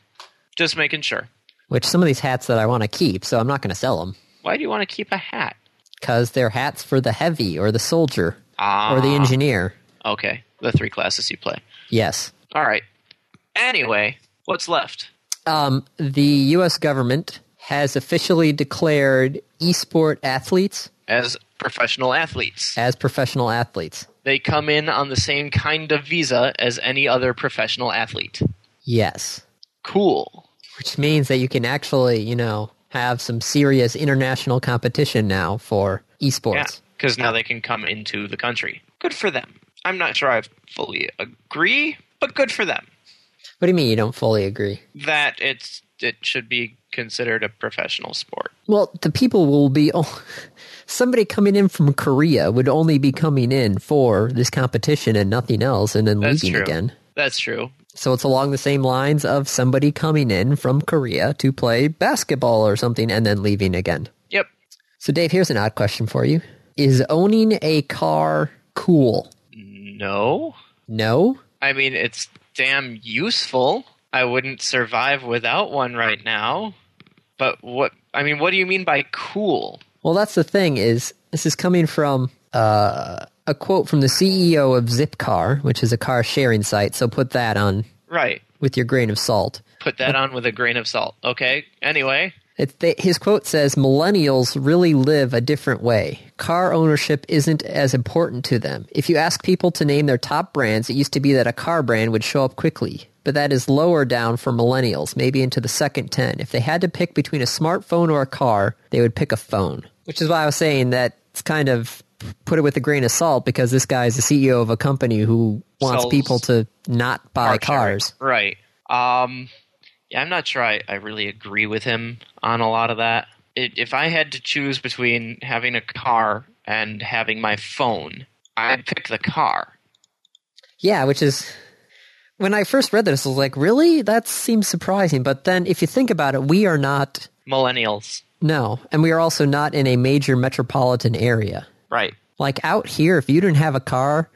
B: Just making sure.
A: Which some of these hats that I want to keep, so I'm not going to sell them.
B: Why do you want to keep a hat?
A: because they're hats for the heavy or the soldier
B: Ah.
A: or the engineer.
B: Okay. The three classes you play.
A: Yes.
B: All right. Anyway, what's left?
A: Um, the U.S. government has officially declared esport athletes
B: As professional athletes,
A: as professional athletes.
B: they come in on the same kind of visa as any other professional athlete.
A: Yes.
B: Cool.
A: Which means that you can actually, you know, have some serious international competition now for
B: Yeah,
A: esports.
B: because now they can come into the country. Good for them. I'm not sure I fully agree, but good for them
A: What do you mean you don't fully agree?
B: that it's it should be considered a professional sport.
A: Well, the people will be. Oh, somebody coming in from Korea would only be coming in for this competition and nothing else and then
B: That's
A: leaving
B: true.
A: again.
B: That's true.
A: So it's along the same lines of somebody coming in from Korea to play basketball or something and then leaving again.
B: Yep.
A: So, Dave, here's an odd question for you Is owning a car cool?
B: No.
A: No?
B: I mean, it's damn useful. I wouldn't survive without one right now. But what I mean, what do you mean by cool?
A: Well, that's the thing is this is coming from uh, a quote from the CEO of Zipcar, which is a car sharing site. So put that on
B: Right.
A: with your grain of salt.
B: Put that on with a grain of salt. Okay. Anyway,
A: It, they, his quote says, Millennials really live a different way. Car ownership isn't as important to them. If you ask people to name their top brands, it used to be that a car brand would show up quickly. But that is lower down for millennials, maybe into the second 10. If they had to pick between a smartphone or a car, they would pick a phone. Which is why I was saying that it's kind of put it with a grain of salt because this guy is the CEO of a company who wants
B: Sells
A: people to not buy
B: car sharing.
A: cars.
B: Right. Um. Yeah, I'm not sure I, I really agree with him on a lot of that. It, if I had to choose between having a car and having my phone, I'd pick the car.
A: Yeah, which is when I first read this, I was like, really? That seems surprising. But then if you think about it, we are not,
B: Millennials.
A: no, and we are also not in a major metropolitan area.
B: Right.
A: Like out here, if you didn't have a car,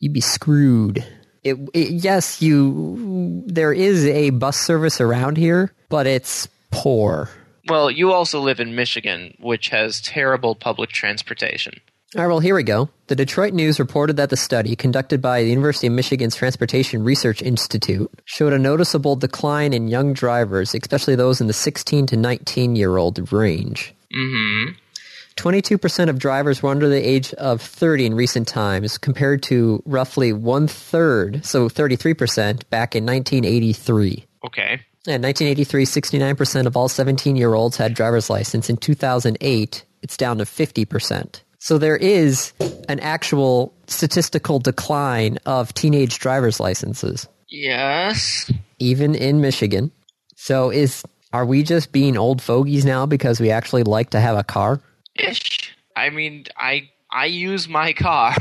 A: you'd be screwed. It, it, yes, you, there is a bus service around here, but it's poor.
B: Well, you also live in Michigan, which has terrible public transportation.
A: All right, well, here we go. The Detroit News reported that the study, conducted by the University of Michigan's Transportation Research Institute, showed a noticeable decline in young drivers, especially those in the 16 to 19 year old range. Mm-hmm. 22% of drivers were under the age of 30 in recent times, compared to roughly one third, so 33%, back in 1983.
B: Okay.
A: Yeah, 1983, 69% of all 17 year olds had driver's license. In 2008, it's down to 50%. So there is an actual statistical decline of teenage driver's licenses,
C: Yes.
A: even in Michigan. So is are we just being old fogies now because we actually like to have a car?
C: Ish. I mean, I I use my car,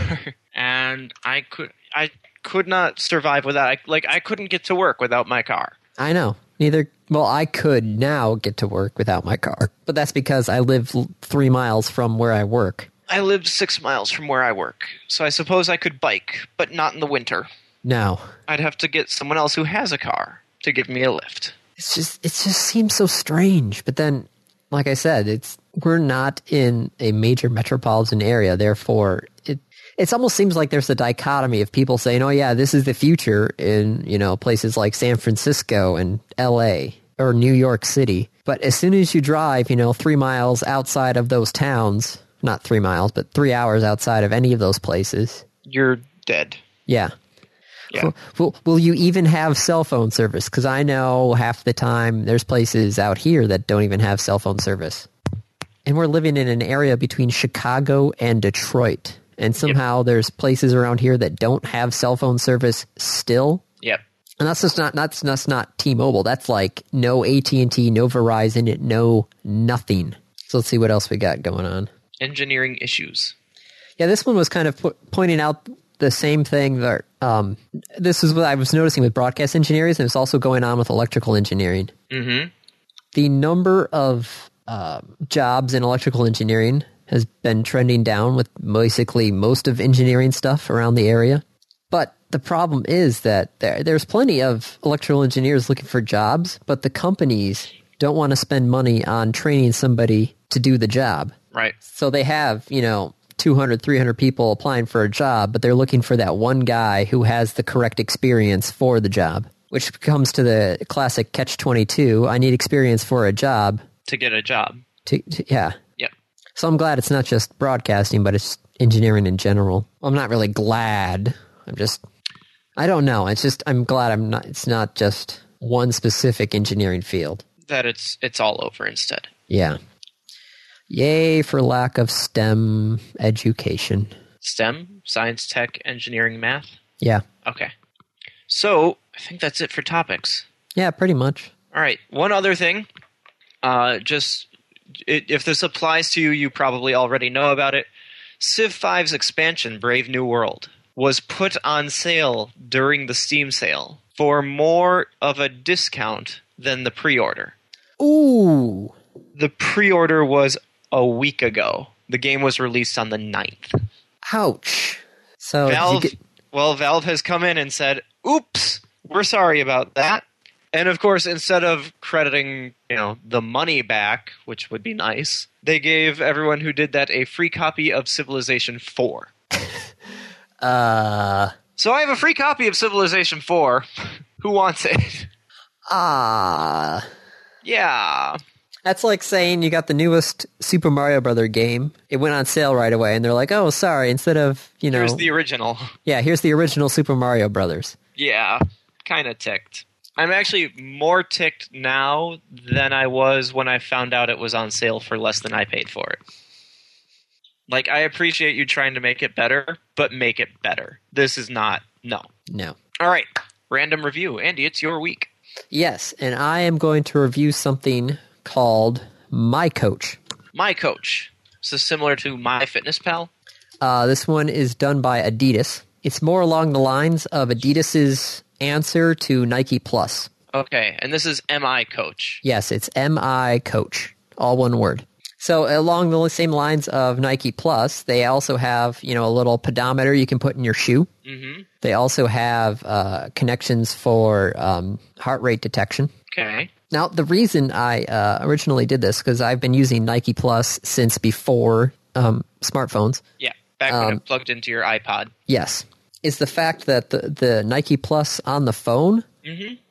C: and I could I
B: Could not survive without. I, like I couldn't get to work without my car.
A: I know. Neither. Well, I could now get to work without my car, but that's because I live l- three miles from where I work.
B: I lived six miles from where I work, so I suppose I could bike, but not in the winter.
A: No,
B: I'd have to get someone else who has a car to give me a lift.
A: it's just it just seems so strange. But then, like I said, it's we're not in a major metropolitan area, therefore it it almost seems like there's a dichotomy of people saying, "Oh yeah, this is the future" in you know places like San Francisco and L.A. or New York City. But as soon as you drive, you know, three miles outside of those towns, not three miles, but three hours outside of any of those places,
B: You're dead.
A: yeah.
B: Yeah.
A: Will, will you even have cell phone service? Because I know half the time there's places out here that don't even have cell phone service. And we're living in an area between Chicago and Detroit. And somehow there's places around here that don't have cell phone service still.
B: Yep.
A: And that's just not that's, that's not T-Mobile. That's like no AT&T, no Verizon, no nothing. So let's see what else we got going on.
B: Engineering issues.
A: Yeah, this one was kind of po- pointing out the same thing that um, this is what I was noticing with broadcast engineers, and it's also going on with electrical engineering. Mm-hmm. The number of um jobs in electrical engineering has been trending down with basically most of engineering stuff around the area. But the problem is that there, there's plenty of electrical engineers looking for jobs, but the companies don't want to spend money on training somebody to do the job.
B: Right.
A: So they have, you know, 200, 300 people applying for a job, but they're looking for that one guy who has the correct experience for the job, which comes to the classic catch 22. I need experience for a job.
B: To get a job.
A: To, to, yeah.
B: Yep.
A: So I'm glad it's not just broadcasting, but it's engineering in general. I'm not really glad. I'm just, I don't know. It's just, I'm glad I'm not, it's not just one specific engineering field.
B: That it's it's all over instead.
A: Yeah. Yay for lack of STEM education.
B: STEM, science, tech, engineering, math.
A: Yeah.
B: Okay. So I think that's it for topics.
A: Yeah, pretty much.
B: All right. One other thing. Uh, just i if this applies to you, you probably already know about it. Civ 5's expansion, Brave New World, was put on sale during the Steam sale for more of a discount than the pre order.
A: Ooh.
B: The pre order was a week ago. The game was released on the 9th.
A: Ouch. So Oh, did you
B: Valve,
A: get-
B: well, Valve has come in and said, "Oops, we're sorry about that." And of course, instead of crediting, you know, the money back, which would be nice, they gave everyone who did that a free copy of Civilization 4.
A: uh
B: So I have a free copy of Civilization 4. who wants it?
A: ah
B: yeah.
A: That's like saying you got the newest Super Mario Brother game. It went on sale right away and they're like, "Oh, sorry, instead of, you know,
B: Here's the original.
A: Yeah, here's the original Super Mario Brothers."
B: Yeah, kind of ticked. I'm actually more ticked now than I was when I found out it was on sale for less than I paid for it. Like, I appreciate you trying to make it better, but make it better. This is not, no.
A: No.
B: All right, random review. Andy, it's your week.
A: Yes, and I am going to review something called My Coach.
B: My coach. So similar to My Fitness Pal.
A: Uh, this one is done by Adidas. It's more along the lines of Adidas's answer to Nike Plus.
B: Okay, and this is MI Coach.
A: Yes, it's MI Coach, all one word. So along the same lines of Nike Plus, they also have you know a little pedometer you can put in your shoe. Mm-hmm. They also have uh, connections for um, heart rate detection.
B: Okay.
A: Now the reason I uh, originally did this because I've been using Nike Plus since before um, smartphones.
B: Yeah, back when it plugged into your iPod.
A: Yes, is the fact that the, the Nike Plus on the phone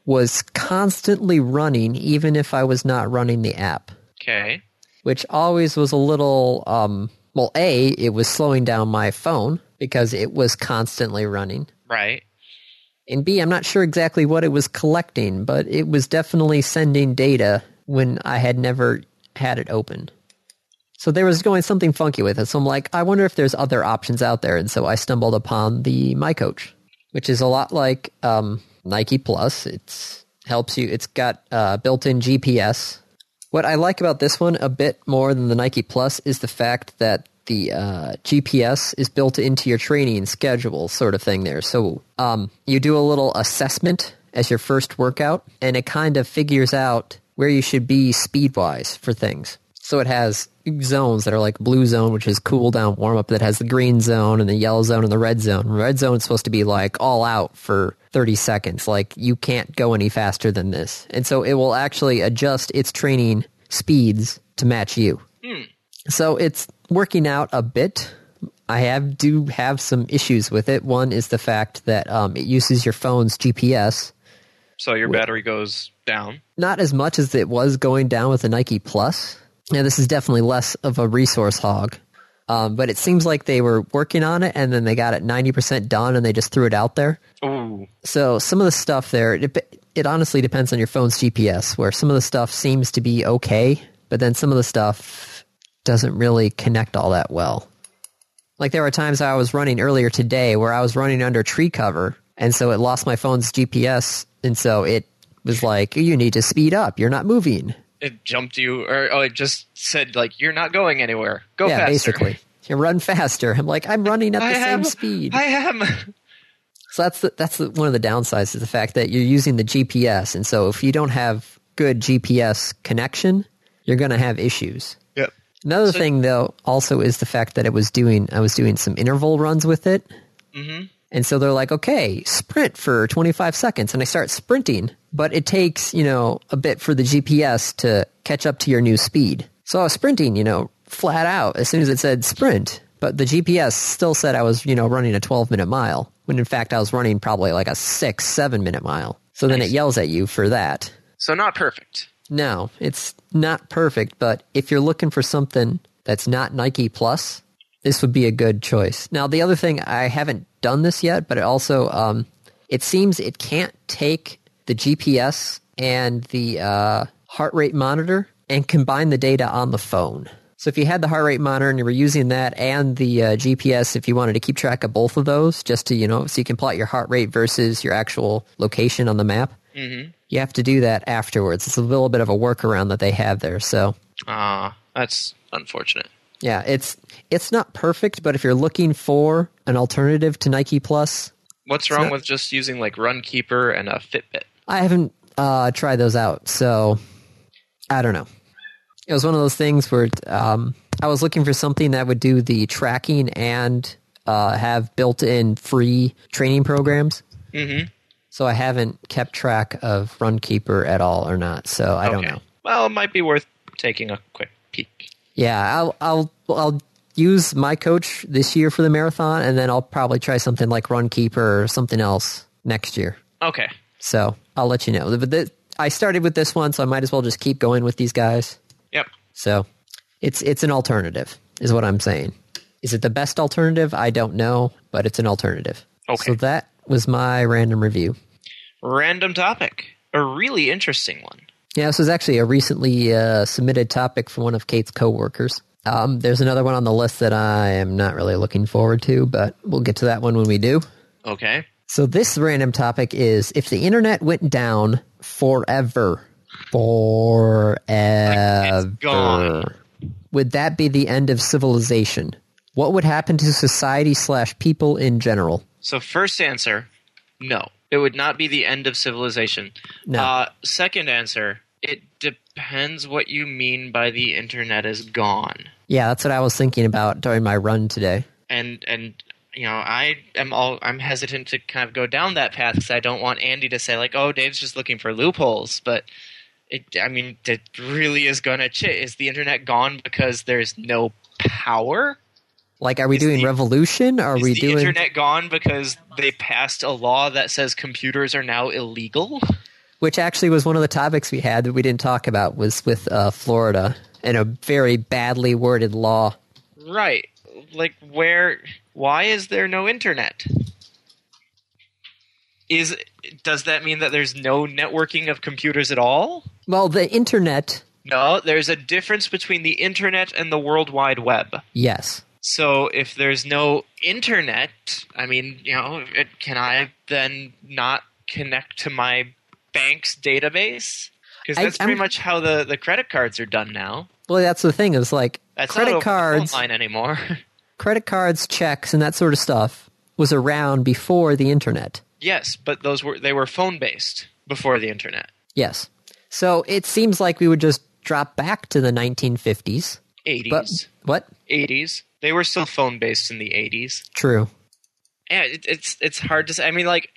A: was constantly running, even if I was not running the app.
B: Okay.
A: which always was a little um, well a it was slowing down my phone because it was constantly running
B: Right.
A: And B, I'm not sure exactly what it was collecting, but it was definitely sending data when I had never had it open. So there was going something funky with it. So I'm like, I wonder if there's other options out there. And so I stumbled upon the My Coach, which is a lot like um, Nike Plus. It's helps you. It's got uh, built-in GPS. What I like about this one a bit more than the Nike Plus is the fact that the uh, GPS is built into your training schedule, sort of thing. There, so um, you do a little assessment as your first workout, and it kind of figures out where you should be speed-wise for things. So it has zones that are like blue zone, which is cool down warm up, that has the green zone and the yellow zone and the red zone. Red zone is supposed to be like all out for 30 seconds. Like you can't go any faster than this. And so it will actually adjust its training speeds to match you. So it's working out a bit. I have do have some issues with it. One is the fact that um, it uses your phone's GPS,
B: So your battery goes down.
A: not as much as it was going down with the Nike Plus. Now, this is definitely less of a resource hog, um, but it seems like they were working on it and then they got it 90% done and they just threw it out there.
B: Ooh.
A: So some of the stuff there, it, dep- it honestly depends on your phone's GPS, where some of the stuff seems to be okay, but then some of the stuff doesn't really connect all that well. Like there were times I was running earlier today where I was running under tree cover, and so it lost my phone's GPS, and so it was like, "You need to speed up. You're not moving."
B: It jumped you, or oh, it just said like you're not going anywhere. Go
A: yeah,
B: faster.
A: basically, you run faster. I'm like, I'm running at the
B: I
A: same
B: am-
A: speed.
B: I am.
A: So that's the, that's the, one of the downsides is the fact that you're using the GPS, and so if you don't have good GPS connection, you're going to have issues.
B: Yep.
A: Another thing, though, also is the fact that it was doing I was doing some interval runs with it, mm-hmm. and so they're like, okay, sprint for 25 seconds, and I start sprinting, but it takes you know a bit for the GPS to catch up to your new speed. So I was sprinting, you know, flat out as soon as it said sprint, but the GPS still said I was you know running a 12 minute mile when in fact I was running probably like a six seven minute mile. So then it yells at you for that.
C: So not perfect.
A: No, it's not perfect, but if you're looking for something that's not Nike Plus, this would be a good choice. Now, the other thing I haven't done this yet, but it also um, it seems it can't take the GPS and the uh, heart rate monitor and combine the data on the phone. So if you had the heart rate monitor and you were using that and the uh, GPS, if you wanted to keep track of both of those, just to you know, so you can plot your heart rate versus your actual location on the map, you have to do that afterwards. It's a little bit of a workaround that they have there. So
C: Ah, that's unfortunate.
A: yeah, it's it's not perfect, but if you're looking for an alternative to Nike Plus,
B: What's wrong with just using like Runkeeper and a Fitbit?
A: I haven't uh, tried those out, so I don't know. It was one of those things where um, I was looking for something that would do the tracking and uh, have built-in free training programs. Mm-hmm. So I haven't kept track of Runkeeper at all or not. So I don't know.
B: Well, it might be worth taking a quick peek.
A: Yeah, I'll I'll I'll use my coach this year for the marathon, and then I'll probably try something like Runkeeper or something else next year.
C: Okay.
A: So I'll let you know. But th- I started with this one, so I might as well just keep going with these guys.
C: Yep.
A: So it's it's an alternative, is what I'm saying. Is it the best alternative? I don't know, but it's an alternative.
C: Okay.
A: So that was my random review.
C: Random topic. A really interesting one.
A: Yeah, this was actually a recently uh, submitted topic from one of Kate's coworkers. Um, there's another one on the list that I am not really looking forward to, but we'll get to that one when we do.
C: Okay.
A: So this random topic is if the internet went down forever, forever,
C: gone.
A: would that be the end of civilization? What would happen to society slash people in general?
C: So first answer, no. It would not be the end of civilization.
A: No.
C: Uh, second answer, it depends what you mean by the internet is gone.
A: Yeah, that's what I was thinking about during my run today.
C: And and you know, I am all I'm hesitant to kind of go down that path because I don't want Andy to say like, "Oh, Dave's just looking for loopholes." But it, I mean, it really is gonna. Ch- is the internet gone because there's no power?
A: Like, are we
C: Is
A: doing
C: the-
A: revolution? Are
C: Is
A: we
C: the
A: doing?
C: internet gone because they passed a law that says computers are now illegal?
A: which actually was one of the topics we had that we didn't talk about was with uh, Florida and a very badly worded law.
C: Right. Like where why is there no internet?
D: is does that mean that there's no networking of computers at all?
A: Well, the internet,
D: No, there's a difference between the internet and the World Wide Web.
A: yes.
D: So if
B: If there's no internet, I mean, you know, it, can I then not connect to my bank's database? Because
D: I-
B: that's
A: I'm-
B: pretty much how the, the credit cards are done now.
A: Well, that's the thing. Is like
B: That's
A: credit
B: not over the
A: cards,
B: phone line anymore.
A: credit cards, checks, and that sort of stuff was around before the internet.
B: yes, but those were they were phone based before the internet.
A: Yes. So it seems like we would just drop back to the 1950s. But
B: 80s,
A: what?
B: 80s. They were still phone based in the 80s.
A: True.
B: yeah, it, it's it's hard to say. I mean, like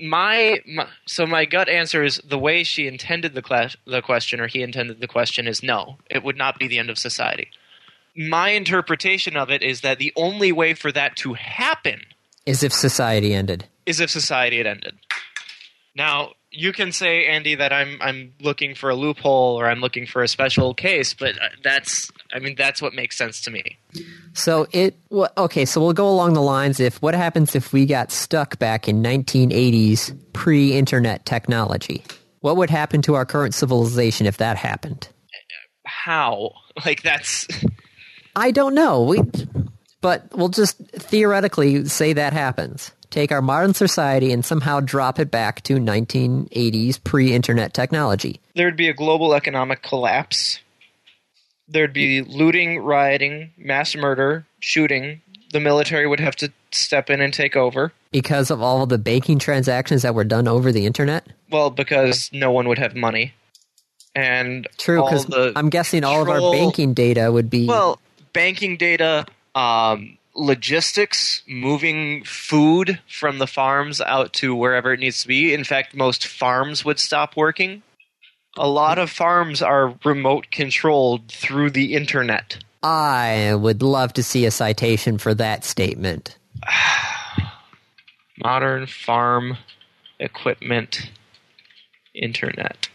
B: my, my so my gut answer is the way she intended the class, the question or he intended the question is no, it would not be the end of society. My interpretation of it is that the only way for that to happen
A: As if society ended.
B: is if society had ended. Now you can say, Andy, that I'm I'm looking for a loophole or I'm looking for a special case, but uh, that's I mean that's what makes sense to me.
A: So it wha- okay. So we'll go along the lines. If what happens if we got stuck back in 1980s pre-internet technology? What would happen to our current civilization if that happened?
B: How like that's
A: I don't know. We, but we'll just theoretically say that happens. Take our modern society and somehow drop it back to 1980s pre-internet technology.
B: there'd be a global economic collapse. There'd be looting, rioting, mass murder, shooting. The military would have to step in and take over.
A: because of all the banking transactions that were done over the internet?
B: Well, because no one would have money. And
A: True,
B: all
A: because
B: the
A: I'm guessing all of our
B: control-
A: banking data would be
B: well, banking data, um, logistics, moving food from the farms out to wherever it needs to be. In fact, most farms would stop working. A lot of farms are remote controlled through the internet.
A: I would love to see a citation for that statement.
B: modern farm equipment internet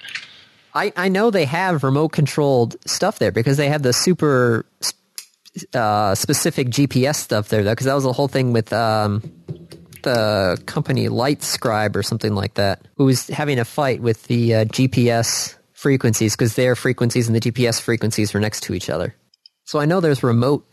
A: I, I know they have remote controlled stuff there because they have the super uh, specific GPS stuff there though because that was the whole thing with um, the company Lightscribe or something like that who was having a fight with the uh, GPS frequencies because their frequencies and the GPS frequencies were next to each other. So I know there's remote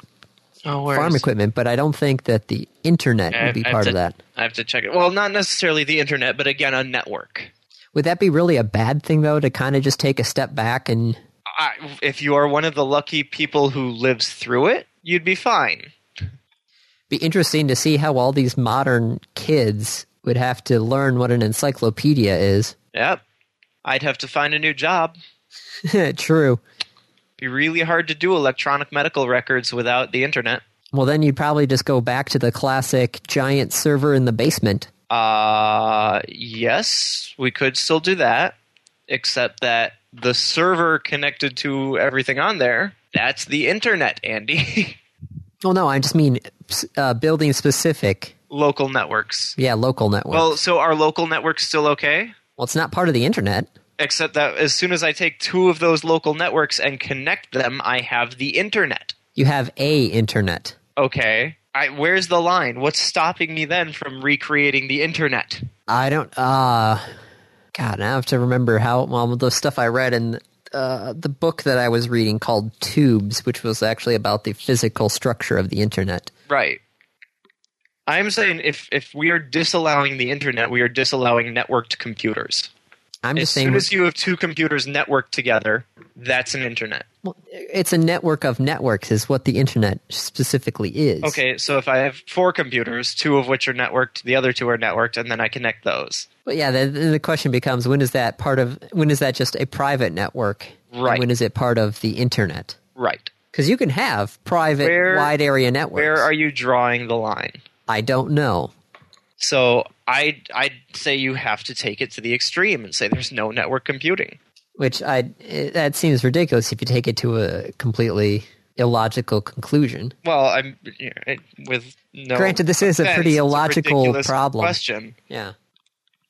B: oh where
A: farm
B: is-
A: equipment, but I don't think that the internet
B: I-
A: would be
B: I have
A: part
B: to-
A: of that.
B: i have to check it well not necessarily the internet but again a network
A: Would that be really a bad thing though to kind of just take a step back and
B: I, if you are one of the lucky people who lives through it you'd be fine
A: be interesting to see how all these modern kids would have to learn what an encyclopedia is.
B: yep i'd have to find a new job
A: True.
B: be really hard to do electronic medical records without the internet
A: Well, then you'd probably just go back to the classic giant server in the basement.
B: Uh, yes, we could still do that, except that the server connected to everything on there, that's the internet, Andy.
A: Oh no, I just mean uh, building specific,
B: local networks.
A: yeah, local network. Well,
B: Well, so are local networks still okay?
A: it's not part of the internet.
B: Except that as soon as I take two of those local networks and connect them, I have the internet.
A: You have a internet.
B: Okay. I, where's the line? What's stopping me then from recreating the internet?
A: I don't. Uh, God, now I have to remember how well the stuff I read in uh, the book that I was reading called Tubes, which was actually about the physical structure of the internet.
B: Right. I'm saying if if we are disallowing the internet, we are disallowing networked computers.
A: I'm
B: As
A: just saying
B: soon as you have two computers networked together, that's an internet.
A: well, it's a network of networks, is what the internet specifically is.
B: Okay, so if I have four computers, two of which are networked, the other two are networked, and then I connect those.
A: but yeah, then then the question becomes: when is that part of? When is that just a private network? and
B: Right.
A: when is it part of the internet?
B: Right.
A: Because you can have private
B: Where-
A: wide area networks.
B: Where are you drawing the line?
A: I don't know.
B: So I I'd say you have to take it to the extreme and say there's no network computing.
A: which I it- that seems ridiculous if you take it to a completely illogical conclusion.
B: Well, I'm you know, it- with no.
A: Granted, this is a
B: offense,
A: pretty
B: it's
A: illogical
B: ridiculous
A: problem.
B: Question.
A: Yeah,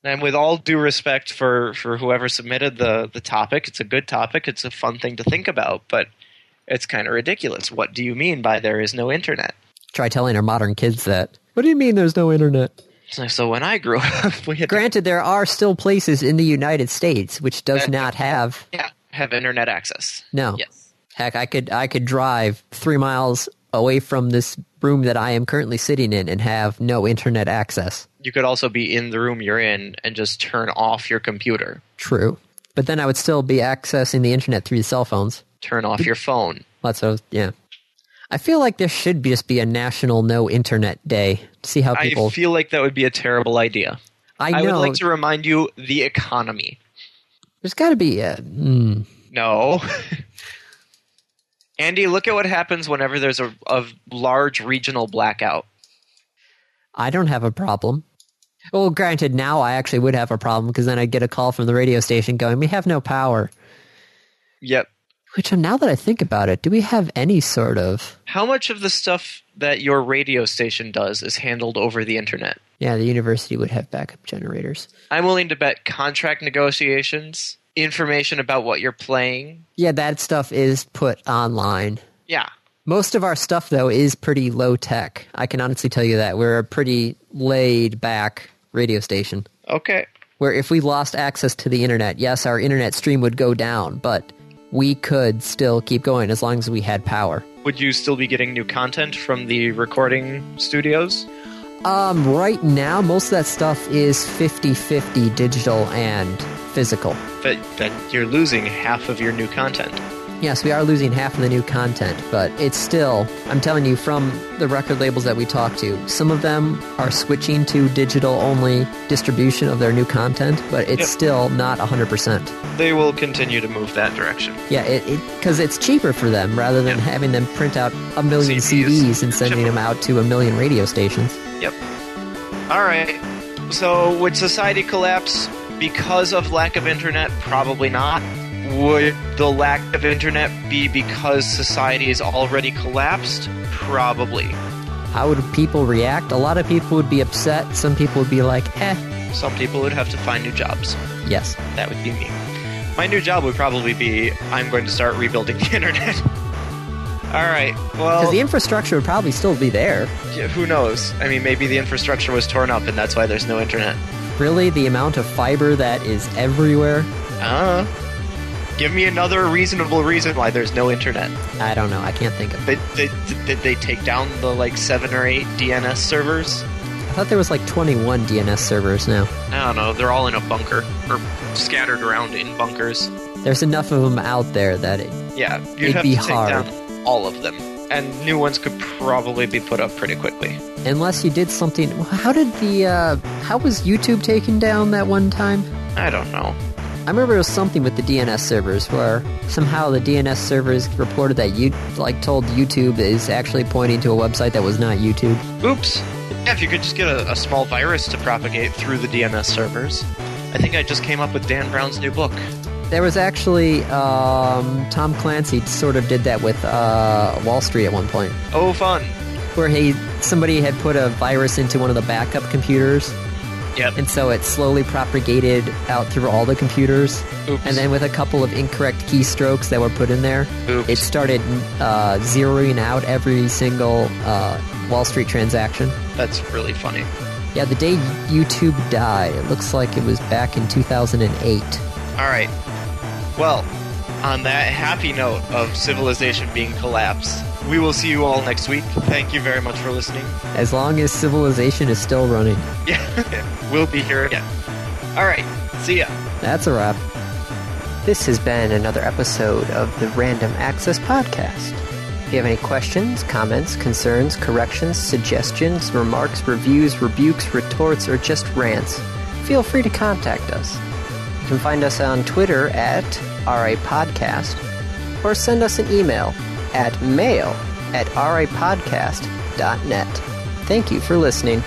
B: And with all due respect for, for whoever submitted the, the topic, it's a good topic. It's a fun thing to think about, but it's kind of ridiculous. What do you mean by there is no internet?
A: try telling our modern kids that. What do you mean there's no internet?
C: So, so when I grew up, we had to
A: Granted, there are still places in the United States which does not have
C: yeah, have internet access.
A: no.
C: Yes.
A: Heck, I could I could drive three miles away from this room that I am currently sitting in and have no internet access.
C: You could also be in the room you're in and just turn off your computer,
A: True, but then I would still be accessing the internet through the cell phones.
C: turn off your phone.
A: Lots of yeah. I feel like there should be, just be a national no internet day. to See how
B: I
A: people.
B: feel like that would be a terrible idea.
A: I,
B: I,
A: know
B: would like to remind you the economy.
A: there's got to be a. Mm,
B: No. Andy, look at what happens whenever there's a, a large regional blackout.
A: I don't have a problem. Well, granted, now I actually would have a problem because then I'd get a call from the radio station going, "We have no power."
B: Yep.
A: Which, uh, now that I think about it, do we have any sort of?
B: How much of the stuff that your radio station does is handled over the internet?
A: Yeah, the university would have backup generators.
B: I'm willing to bet contract negotiations, information about what you're playing.
A: Yeah, that stuff is put online.
B: Yeah.
A: Most of our stuff, though, is pretty low tech. I can honestly tell you that. We're a pretty laid back radio station
B: Okay.
A: where if we lost access to the internet, yes, our internet stream would go down, but we could still keep going as long as we had power.
B: Would you still be getting new content from the recording studios?
A: Um, right now, most of that stuff is 50 50 digital and physical.
B: But then you're losing half of your new content.
A: Yes, we are losing half of the new content, but it's still, I'm telling you, from the record labels that we talk to, some of them are switching to digital only distribution of their new content, but it's
B: Yep.
A: still not 100%.
B: They will continue to move that direction.
A: Yeah, because it's cheaper for them rather than having them print out a million
B: CDs.
A: CDs and sending them out to a million radio stations.
B: Yep. All right. So, would society collapse because of lack of internet? Probably not. Would the lack of internet be because society is already collapsed? Probably.
A: How would people react? A lot of people would be upset. Some people would be like, eh,
B: Some people would have to find new jobs.
A: yes.
B: That would be me. My new job would probably be I'm going to start rebuilding the internet. All right. Well,
A: Because the infrastructure would probably still be there.
B: yeah, who knows? I mean, maybe the infrastructure was torn up and that's why there's no internet.
A: Really, the amount of fiber that is everywhere.
B: Uh, give me another reasonable reason why there's no internet.
A: I don't know. I can't think of.
B: They, they, did they take down the like seven or eight DNS servers?
A: I thought there was like 21 DNS servers now.
B: I don't know. They're all in a bunker or scattered around in bunkers.
A: There's enough of them out there that it,
B: Yeah, you'd
A: It'd
B: have
A: be
B: to take
A: hard.
B: down all of them, and new ones could probably be put up pretty quickly.
A: unless you did something. How did the uh, how was YouTube taken down that one time?
B: I don't know.
A: I remember it was something with the DNS servers where somehow the DNS servers reported that you like told YouTube is actually pointing to a website that was not YouTube.
B: Oops. Yeah, if you could just get a, a small virus to propagate through the DNS servers. I think I just came up with Dan Brown's new book.
A: There was actually um, Tom Clancy sort of did that with uh, Wall Street at one point.
B: Oh, fun.
A: where he somebody had put a virus into one of the backup computers.
B: Yep.
A: And so it slowly propagated out through all the computers.
B: Oops.
A: And then with a couple of incorrect keystrokes that were put in there,
B: Oops.
A: it started uh, zeroing out every single uh, Wall Street transaction.
B: That's really funny.
A: Yeah, the day YouTube died, it looks like it was back in 2008.
B: All right. Well, on that happy note of civilization being collapsed, we will see you all next week. Thank you very much for listening.
A: As long as civilization is still running.
B: Yeah, we'll be here again. All right. See ya.
A: That's a wrap. This has been another episode of the Random Access Podcast. If you have any questions, comments, concerns, corrections, suggestions, remarks, reviews, rebukes, retorts, or just rants, feel free to contact us. You can find us on Twitter at RAPodcast or send us an email at mail at rapodcast.net. Thank you for listening.